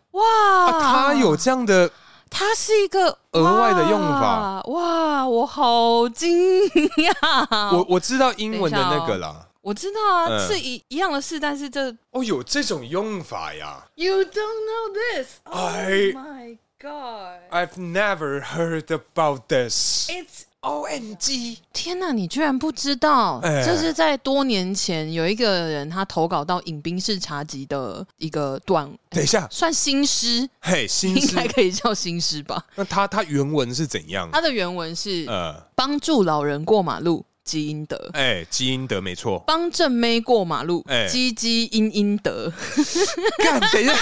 Speaker 1: 哇，
Speaker 2: 啊，他有这样的
Speaker 1: 它是一个
Speaker 2: 额外的用法
Speaker 1: 哇，哇我好惊讶！
Speaker 2: 我
Speaker 1: 我
Speaker 2: 我知道英文的那个啦。
Speaker 1: 我知道啊，
Speaker 2: 嗯
Speaker 1: 是一一样的事，但是这
Speaker 2: 哦，有这种用法呀
Speaker 1: You don't know this. Oh
Speaker 2: I-
Speaker 1: my god!
Speaker 2: ！I've never heard about this.
Speaker 1: It's
Speaker 2: O M G！
Speaker 1: 天哪，你居然不知道！
Speaker 2: 哎
Speaker 1: 这是在多年前有一个人他投稿到饮冰室茶集的一个短，
Speaker 2: 等一下，
Speaker 1: 算新诗，
Speaker 2: 嘿，新
Speaker 1: 应
Speaker 2: 诗，
Speaker 1: 该啊可以叫新诗吧。
Speaker 2: 那他他原文是怎样？
Speaker 1: 它的原文是
Speaker 2: 呃，
Speaker 1: 帮助老人过马路，积阴德。。
Speaker 2: 哎，基因德没错
Speaker 1: 帮正妹过马路，
Speaker 2: 哎
Speaker 1: 积积阴阴德，
Speaker 2: 干，等一 下，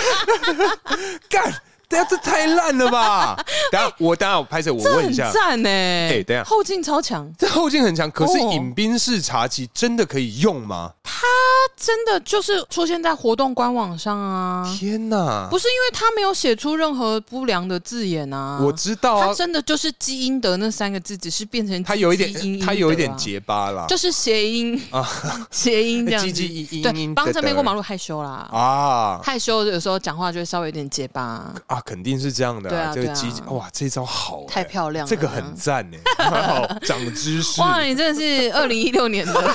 Speaker 2: 干，等一下这太烂了吧？等一下我等一下我拍摄，我
Speaker 1: 这
Speaker 2: 问
Speaker 1: 很
Speaker 2: 一下，
Speaker 1: 赞呢、哎
Speaker 2: 哎等一下
Speaker 1: 后劲超强，
Speaker 2: 这后劲很强，可是
Speaker 1: 哦
Speaker 2: 饮冰式茶几真的可以用吗？
Speaker 1: 它真的就是出现在活动官网上啊，
Speaker 2: 天哪！
Speaker 1: 不是因为他没有写出任何不良的字眼啊，
Speaker 2: 我知道啊
Speaker 1: 他，真的就是基因德那三个字，只是变成
Speaker 2: 他有一点
Speaker 1: 基因，
Speaker 2: 他有一点
Speaker 1: 德啊，
Speaker 2: 结巴啦，
Speaker 1: 就是谐音
Speaker 2: 啊
Speaker 1: 啊， 谐音 这样
Speaker 2: 唧唧
Speaker 1: 子。
Speaker 2: 嘤嘤
Speaker 1: 对，
Speaker 2: 嘤，
Speaker 1: 帮着美国马
Speaker 2: 路
Speaker 1: 路害羞啦，
Speaker 2: 啊
Speaker 1: 害羞有时候讲话就会稍微有点结巴，
Speaker 2: 啊，肯定是这样的
Speaker 1: 对
Speaker 2: 啊。
Speaker 1: 啊
Speaker 2: 这个
Speaker 1: 对啊
Speaker 2: 唧唧哇，这招好欸，
Speaker 1: 太漂亮了。
Speaker 2: 这个很赞哎，蛮 好，长知识。
Speaker 1: 哇，你真的是二零一六年的，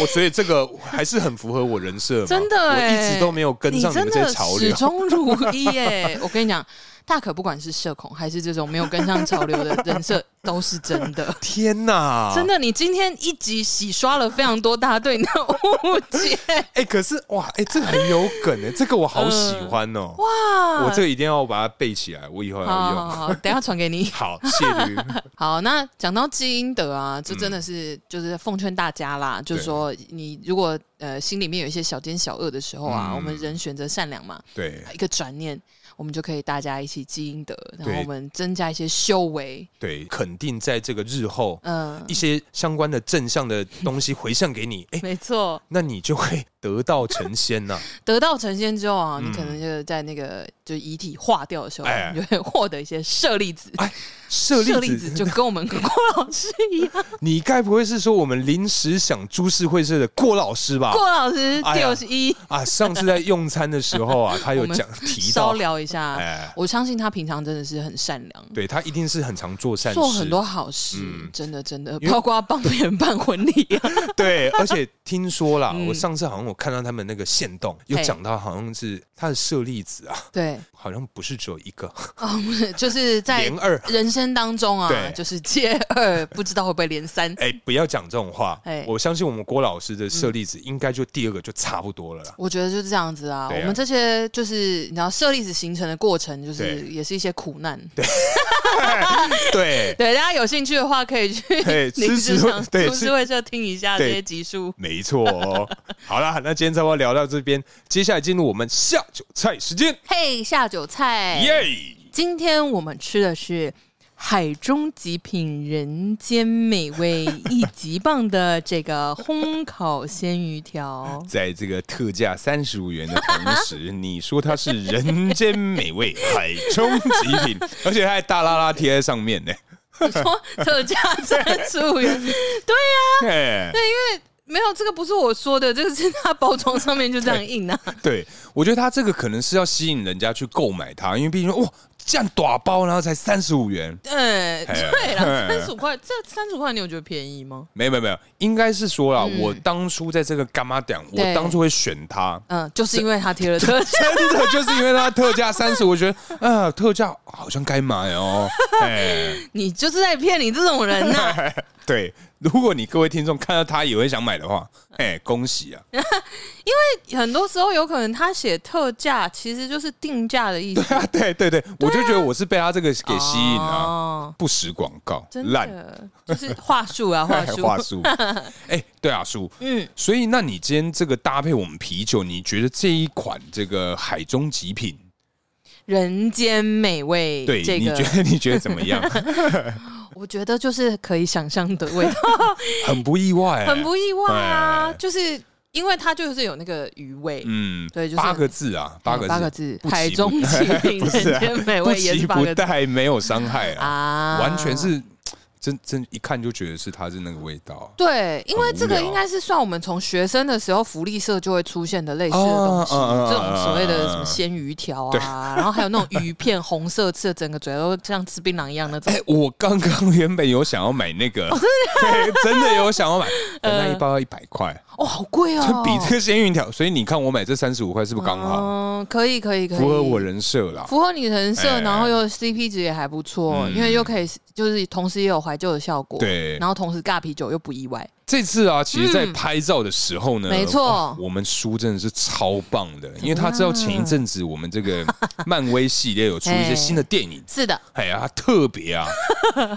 Speaker 2: 我所以这个还是很符合我人设嘛，
Speaker 1: 真的
Speaker 2: 我
Speaker 1: 欸
Speaker 2: 一直都没有跟
Speaker 1: 你
Speaker 2: 上你
Speaker 1: 真
Speaker 2: 们这
Speaker 1: 的
Speaker 2: 些潮
Speaker 1: 始
Speaker 2: 流。
Speaker 1: 终如一 耶！我跟你讲，大可不管是社恐还是这种没有跟上潮流 的人设，都是真的。
Speaker 2: 天哪，
Speaker 1: 真的，你今天一集洗刷了非常多大家对你的误解。
Speaker 2: 哎、可是哇，哎、这个很有梗 哎、这个我好喜欢哦、
Speaker 1: 嗯哇
Speaker 2: 我这个一定要把它背起来，我以后要
Speaker 1: 好好
Speaker 2: 用。
Speaker 1: 好，等一下传给你。
Speaker 2: 好，谢驴。
Speaker 1: 好，那讲到基因德啊，
Speaker 2: 嗯
Speaker 1: 这真的是、就是奉劝大家啦，就是说你如果呃心里面有一些小奸小恶的时候啊，
Speaker 2: 嗯
Speaker 1: 我们人选择善良嘛，
Speaker 2: 对
Speaker 1: 一个转念，我们就可以大家一起基因德，然
Speaker 2: 对
Speaker 1: 后我们增加一些修为，
Speaker 2: 对，肯定在这个日后
Speaker 1: 嗯、
Speaker 2: 一些相关的正向的东西回向给你，哎、
Speaker 1: 没错，
Speaker 2: 那你就会得道成仙 呐、
Speaker 1: 得到成仙之后啊，
Speaker 2: 嗯
Speaker 1: 你可能就是在那个就遗体化掉的时候，啊
Speaker 2: 哎
Speaker 1: 你就会获得一些舍利子。
Speaker 2: 哎舍
Speaker 1: 舍
Speaker 2: 利子，哦
Speaker 1: 利子就跟我们 郭老师一样，
Speaker 2: 你该不会是说我们临时想株式会社的郭老师吧？
Speaker 1: 郭老师
Speaker 2: 哎呀
Speaker 1: 六十一，
Speaker 2: 啊，上次在用餐的时 候啊，他有
Speaker 1: 我们
Speaker 2: 讲提
Speaker 1: 稍
Speaker 2: 到，
Speaker 1: 聊一下。
Speaker 2: 哎，
Speaker 1: 我相信他平常真的是很善良，
Speaker 2: 对他一定是很常做善事，
Speaker 1: 嗯做很多好事，
Speaker 2: 嗯
Speaker 1: 真的真的，
Speaker 2: 因为
Speaker 1: 包括帮别人办婚礼、 啊。
Speaker 2: 对，而且听说啦，
Speaker 1: 嗯
Speaker 2: 我上次好像我看到他们那个线动，有
Speaker 1: 嘿
Speaker 2: 讲到好像是他的舍利子啊，
Speaker 1: 对，
Speaker 2: 好像不是只有一个，
Speaker 1: 啊，不是就是在
Speaker 2: 连二。
Speaker 1: 人生当中啊
Speaker 2: 对，
Speaker 1: 就是接二，不知道会不会连 三。
Speaker 2: 哎、不要讲这种话
Speaker 1: 哎！
Speaker 2: 我相信我们郭老师的舍利子应该就第二个就差不多了啦。
Speaker 1: 我觉得就是这样子啊，
Speaker 2: 对啊
Speaker 1: 我们这些就是你知道设立子形成的过程，就是
Speaker 2: 对
Speaker 1: 也是一些苦难。
Speaker 2: 对，
Speaker 1: 对，大家有兴趣的话可以去
Speaker 2: 嘿
Speaker 1: 林
Speaker 2: 吃
Speaker 1: 市
Speaker 2: 吃
Speaker 1: 场
Speaker 2: 对
Speaker 1: 株
Speaker 2: 吃
Speaker 1: 式会社听一下这
Speaker 2: 对
Speaker 1: 些集数。
Speaker 2: 没错、哦。好啦，那今天差不多聊到这边，接下来进入我们下酒菜时间，
Speaker 1: 嘿，下酒菜，
Speaker 2: 耶、
Speaker 1: 今天我们吃的是海中极品人间美 味一级棒的这个烘烤鲜鱼 条。
Speaker 2: 在这个特价三十五元的同时，你说它是人间美味、海中极品，而且它还大拉拉贴在上面呢。
Speaker 1: 你说特价三十五元，
Speaker 2: 哎，
Speaker 1: 没有这个不是我说的，这个是它包装上面就这样印啊。
Speaker 2: 对，我觉得它这个可能是要吸引人家去购买它，因为毕竟哇，这样打包然后才三十五元，
Speaker 1: 嗯，
Speaker 2: 哎
Speaker 1: 对了，
Speaker 2: 哎
Speaker 1: 三十五块，这三十块你有觉得便宜吗？
Speaker 2: 没有没有没有，应该是说啦，我当初在这个干妈店，
Speaker 1: 嗯
Speaker 2: 我
Speaker 1: 对
Speaker 2: 当初会选 它。
Speaker 1: 嗯，就是因为它贴了特价，
Speaker 2: 真的就是因为它特价三十，我觉得啊，特价好像该买哦。 哎，
Speaker 1: 你就是在骗你这种人呐、
Speaker 2: 对，如果你各位听众看到它也会想买的话，哎，恭喜 啊！
Speaker 1: 很多时候有可能他写特价其实就是定价的意思，
Speaker 2: 啊， 对对对，我就觉得我是被他这个给吸引啊，
Speaker 1: 哦
Speaker 2: 不实广告，
Speaker 1: 真
Speaker 2: 烂
Speaker 1: 的就是话术 啊，话术，
Speaker 2: 话术。哎，对啊，叔，
Speaker 1: 嗯，
Speaker 2: 所以那你今天这个搭配我们啤酒，你觉得这一款这个海中极品，
Speaker 1: 人间美味，
Speaker 2: 对，
Speaker 1: 这
Speaker 2: 你
Speaker 1: 个
Speaker 2: 觉得你觉得怎么样？
Speaker 1: 我觉得就是可以想象的味道，
Speaker 2: 很不意外， 欸
Speaker 1: 很不意外啊，
Speaker 2: 哎
Speaker 1: 就是因为它就是有那个余味，
Speaker 2: 嗯，
Speaker 1: 对就是
Speaker 2: 八个字啊，八个
Speaker 1: 八个
Speaker 2: 字，
Speaker 1: 字，
Speaker 2: 不急不
Speaker 1: 海中极品，
Speaker 2: 不是
Speaker 1: 人
Speaker 2: 啊
Speaker 1: 间美
Speaker 2: 不
Speaker 1: 味也
Speaker 2: 急
Speaker 1: 是八
Speaker 2: 不
Speaker 1: 个字
Speaker 2: 待，没有伤害啊，
Speaker 1: 啊
Speaker 2: 完全是真真一看就觉得是它是那个味道。
Speaker 1: 对，因为
Speaker 2: 很无
Speaker 1: 这个
Speaker 2: 聊
Speaker 1: 应该是算我们从学生的时候福利社就会出现的类似的东西，
Speaker 2: 哦哦哦
Speaker 1: 这种所谓的什么鲜鱼条啊，然后还有那种鱼片红色刺的，整个嘴都像吃槟榔一样那种
Speaker 2: 哎、。我刚刚原本有想要买那
Speaker 1: 哦
Speaker 2: 个，对，真的有想 要买，但那一包要一百块，
Speaker 1: 哦，好贵呃哦，
Speaker 2: 比这个鲜鱼条，所以你看我买这三十五块是不是刚好、啊
Speaker 1: 嗯，可以可以可以，
Speaker 2: 符合我人设啦？
Speaker 1: 符合你的人设，
Speaker 2: 哎
Speaker 1: 然后又 CP 值也还不错，
Speaker 2: 嗯
Speaker 1: 因为又可以就是同时也有怀旧的效果，
Speaker 2: 对
Speaker 1: 然后同时尬啤酒又不意外，
Speaker 2: 这次啊，其实，在
Speaker 1: 嗯
Speaker 2: 拍照的时候呢，
Speaker 1: 没错
Speaker 2: 哇我们叔真的是超棒的，因为他知道前一阵子我们这个漫威系列有出一些新的电影，
Speaker 1: 是的，
Speaker 2: 哎呀，他特别啊！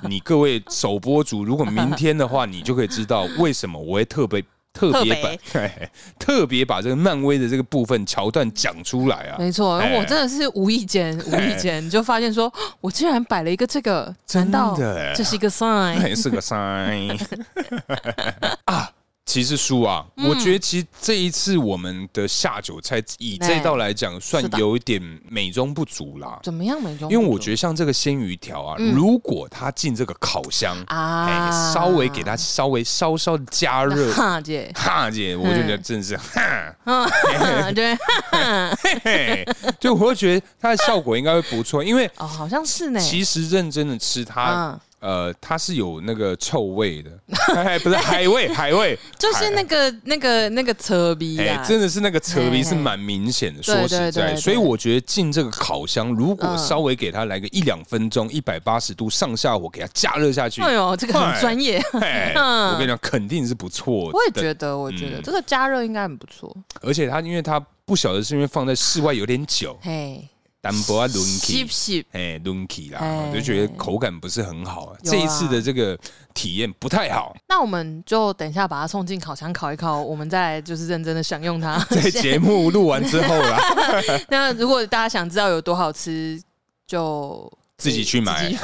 Speaker 2: 你各位首播族，如果明天的话，你就可以知道为什么我会特别。特别把 嘿特别把这个漫威的这个部分桥段讲出来啊，
Speaker 1: 没错，
Speaker 2: 哎
Speaker 1: 我真的是无意间，无意间就发现说，哦我竟然摆了一个这个，
Speaker 2: 真
Speaker 1: 难
Speaker 2: 的
Speaker 1: 道
Speaker 2: 哎
Speaker 1: 这是一个 sign？
Speaker 2: 很是个 sign 啊。骑士输啊！
Speaker 1: 嗯
Speaker 2: 我觉得其实这一次我们的下酒菜以这道来讲，算
Speaker 1: 是的
Speaker 2: 有一点美中不足啦。
Speaker 1: 怎么样美中不足？嗯
Speaker 2: 因为我觉得像这个鲜鱼条啊，如果它进这个烤箱，哎
Speaker 1: 啊，，
Speaker 2: 稍微给它稍微稍稍地加热，
Speaker 1: 哈 嗯姐，
Speaker 2: 哈姐，我就觉得真的是哈，
Speaker 1: 对，
Speaker 2: 嘿嘿，就我会觉得它的效果应该会不错，因为
Speaker 1: 哦，好像是呢。
Speaker 2: 其实认真的吃
Speaker 1: 嗯
Speaker 2: 它，呃，它是有那个臭味的， 哎不是 海味，海味
Speaker 1: 就是那个那个那个车逼
Speaker 2: 哎
Speaker 1: 啊，，
Speaker 2: 真的是那个扯
Speaker 1: 嘿
Speaker 2: 鼻
Speaker 1: 嘿
Speaker 2: 是蛮明显的，
Speaker 1: 对
Speaker 2: 说实
Speaker 1: 对对
Speaker 2: 在，
Speaker 1: 对
Speaker 2: 所以我觉得进这个烤箱，如果
Speaker 1: 嗯
Speaker 2: 稍微给它来个一两分钟，一百八十度上下火给它加热下去，
Speaker 1: 哎呦，这个很
Speaker 2: 快嗯
Speaker 1: 专业。
Speaker 2: 哎，
Speaker 1: 嗯
Speaker 2: 我跟你讲，肯定是不错 的。
Speaker 1: 我也觉得，我觉得这个加热应该很不错。
Speaker 2: 而且它因为它不晓得是因为放在室外有点久，
Speaker 1: 嘿，
Speaker 2: 单薄啊轮
Speaker 1: 吸
Speaker 2: 起
Speaker 1: 不，吸？
Speaker 2: 哎轮起啦，
Speaker 1: 哎
Speaker 2: 我就觉得口感不是很好。
Speaker 1: 有啊
Speaker 2: 这一次的这个体验不太好，
Speaker 1: 那我们就等一下把它送进烤箱烤一烤，我们再来就是认真的享用 它。
Speaker 2: 在节目录完之后啦，
Speaker 1: 那如果大家想知道有多好吃，就
Speaker 2: 自己去买
Speaker 1: 自己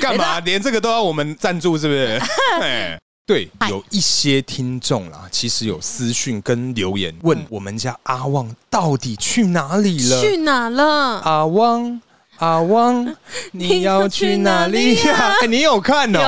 Speaker 2: 干嘛？连这个都要我们赞助是不 是？哎对，有一些听众啦，其实有私讯跟留言问我们家阿旺到底去哪里了？
Speaker 1: 嗯 去哪了？
Speaker 2: 阿汪，阿汪， 你要去哪里
Speaker 1: 你要去
Speaker 2: 呀、 哎你有看哦？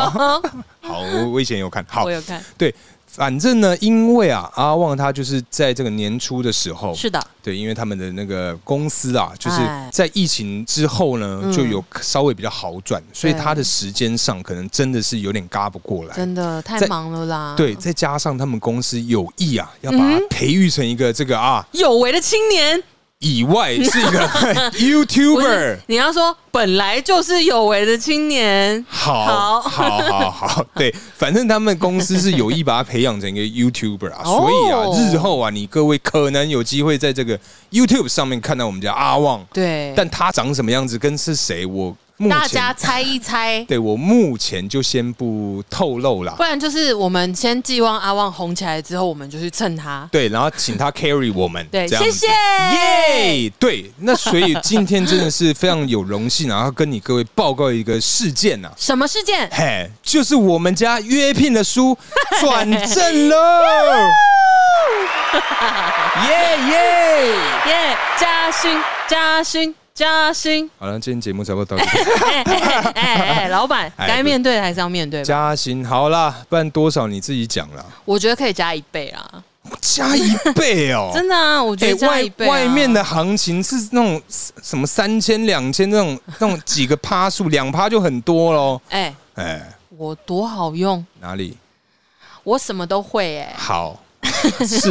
Speaker 1: 有，
Speaker 2: 好，我我以前有看。好
Speaker 1: 我，有看，
Speaker 2: 对，反正呢，因为啊，阿旺他就是在这个年初的时候，
Speaker 1: 是的，
Speaker 2: 对，因为他们的那个公司啊，就是
Speaker 1: 哎
Speaker 2: 在疫情之后呢，
Speaker 1: 嗯
Speaker 2: 就有稍微比较好转，所以他的时间上可能真的是有点嘎不过来。
Speaker 1: 真的太
Speaker 2: 在
Speaker 1: 忙了啦。
Speaker 2: 对，，再加上他们公司有意啊，要把
Speaker 1: 嗯
Speaker 2: 它培育成一个这个啊，
Speaker 1: 有为的青年，
Speaker 2: 以外是一 个
Speaker 1: 不
Speaker 2: YouTuber
Speaker 1: 是。你要说本来就是有为的青年，
Speaker 2: 好
Speaker 1: 好
Speaker 2: 好好 好，对，反正他们公司是有意把他培养成一个 YouTuber 啊，
Speaker 1: 哦
Speaker 2: 所以啊，日后啊，你各位可能有机会在这个 YouTube 上面看到我们家阿旺，
Speaker 1: 对，
Speaker 2: 但他长什么样子跟是谁，我目
Speaker 1: 大家
Speaker 2: 前
Speaker 1: 猜一猜，
Speaker 2: 对我目前就先不透露啦
Speaker 1: 不。然就是我们先寄望阿旺红起来之后，我们就去蹭他。
Speaker 2: 对，然后请他 carry 我们，
Speaker 1: 对
Speaker 2: 这样子
Speaker 1: 谢谢
Speaker 2: 耶对，那所以今天真的是非常有荣幸啊，然后跟你各位报告一个事件 呐、啊，
Speaker 1: 什么事件？
Speaker 2: 嘿，就是我们家约聘的书 转正喽！耶耶！
Speaker 1: 耶、嘉勋，嘉勋，嘉 勋！
Speaker 2: 好了，今天节目差不多到这里。
Speaker 1: 哎哎哎哎，老板，
Speaker 2: 哎
Speaker 1: 该面对的还是要面对吧。
Speaker 2: 嘉欣，好啦，不然多少你自己讲啦，
Speaker 1: 我觉得可以加一倍啦，！
Speaker 2: 加一倍哦
Speaker 1: 真的啊，我觉得加一
Speaker 2: 哎外
Speaker 1: 倍啊、
Speaker 2: 外面的行情是那种什么三千、两千那种那种几个趴数，两趴就很多喽。
Speaker 1: 哎、
Speaker 2: 哎，
Speaker 1: 我多好用，
Speaker 2: 哪里
Speaker 1: 我什么都会哎、
Speaker 2: 好？是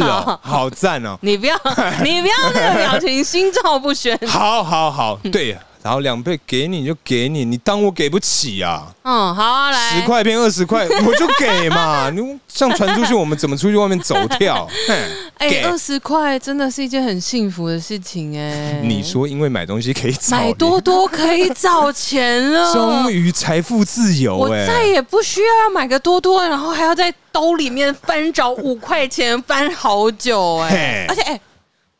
Speaker 2: 哦，好赞哦！
Speaker 1: 你不要， 你不要那个表情，心照不宣。
Speaker 2: 好好好，对，啊然后两倍给你就给你，你当我给不起啊？
Speaker 1: 嗯，好、啊，来，
Speaker 2: 十块变二十块，我就 给嘛。你这样传出去，我们怎么出去外面走跳？嘿
Speaker 1: 哎，
Speaker 2: 给
Speaker 1: 二十块真的是一件很幸福的事情哎、
Speaker 2: 你说，因为买东西可以找
Speaker 1: 买
Speaker 2: 你
Speaker 1: 多，多可以找钱了，
Speaker 2: 终于财富自由
Speaker 1: 我
Speaker 2: 哎、
Speaker 1: 再也不需要买个多多，然后还要在兜里面翻找五块钱，翻好久哎、
Speaker 2: 嘿
Speaker 1: 而且哎、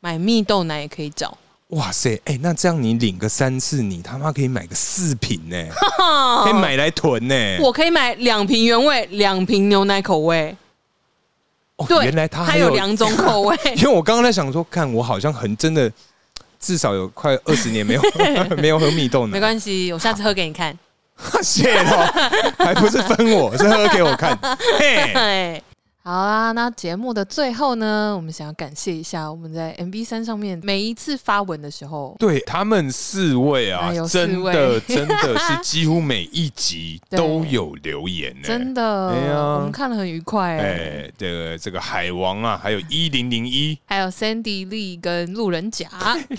Speaker 1: 买蜜豆奶也可以 找，
Speaker 2: 哇塞，哎、那这样你领个三次，你他妈可以买个四瓶呢、 可以买来囤呢、
Speaker 1: 我可以买两瓶原味，两瓶牛奶口味。
Speaker 2: 哦
Speaker 1: 对，
Speaker 2: 原来他
Speaker 1: 还
Speaker 2: 还
Speaker 1: 有两种口味。
Speaker 2: 因为我刚刚在想说，看我好像很真的，至少有快二十年 没有没有喝蜜豆奶，
Speaker 1: 没关系，我下次喝给你看。
Speaker 2: 谢了，还不是分我，是喝给我看。 嘿，
Speaker 1: 对，哎好啦，那节目的最后呢，我们想要感谢一下我们在 MB 三上面每一次发文的时候，
Speaker 2: 对他们四位啊
Speaker 1: 哎，呦
Speaker 2: 真
Speaker 1: 四
Speaker 2: 的
Speaker 1: 位
Speaker 2: 真 的是几乎每一集
Speaker 1: 对
Speaker 2: 都有留言呢、
Speaker 1: 真的，
Speaker 2: 哎呀
Speaker 1: 我们看了很愉快哎、
Speaker 2: 哎，这个这个海王啊，还有一零零一
Speaker 1: 还有 Sandy Lee 跟路人甲，，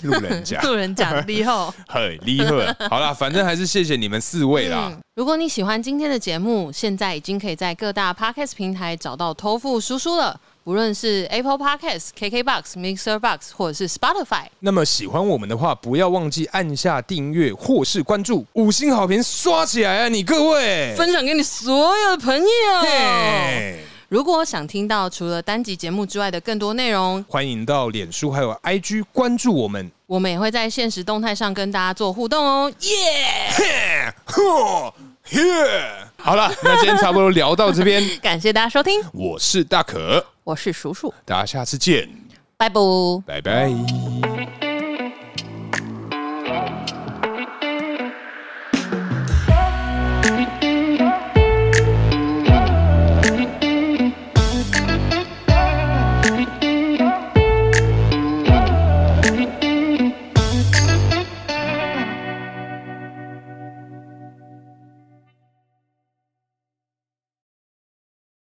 Speaker 2: 路人甲
Speaker 1: 路人甲的利后。
Speaker 2: 很厉害。好啦，反正还是谢谢你们四位啦。
Speaker 1: 嗯如果你喜欢今天的节目，现在已经可以在各大 podcast 平台找到偷富叔叔了，不论是 Apple Podcast、KKBox、Mixer Box 或者是 Spotify。
Speaker 2: 那么喜欢我们的话，不要忘记按下订阅或是关注，五星好评刷起来啊！你各位，
Speaker 1: 分享给你所有的朋友。
Speaker 2: 嘿
Speaker 1: 如果想听到除了单集节目之外的更多内容，
Speaker 2: 欢迎到脸书还有 IG 关注我们。
Speaker 1: 我们也会在现实动态上跟大家做互动哦。耶、
Speaker 2: 嘿，嚯，耶！好了，那今天差不多聊到这 边，
Speaker 1: 感谢大家收听，
Speaker 2: 我是大可，
Speaker 1: 我是鼠鼠，
Speaker 2: 大家下次见，
Speaker 1: 拜拜。
Speaker 2: 拜拜。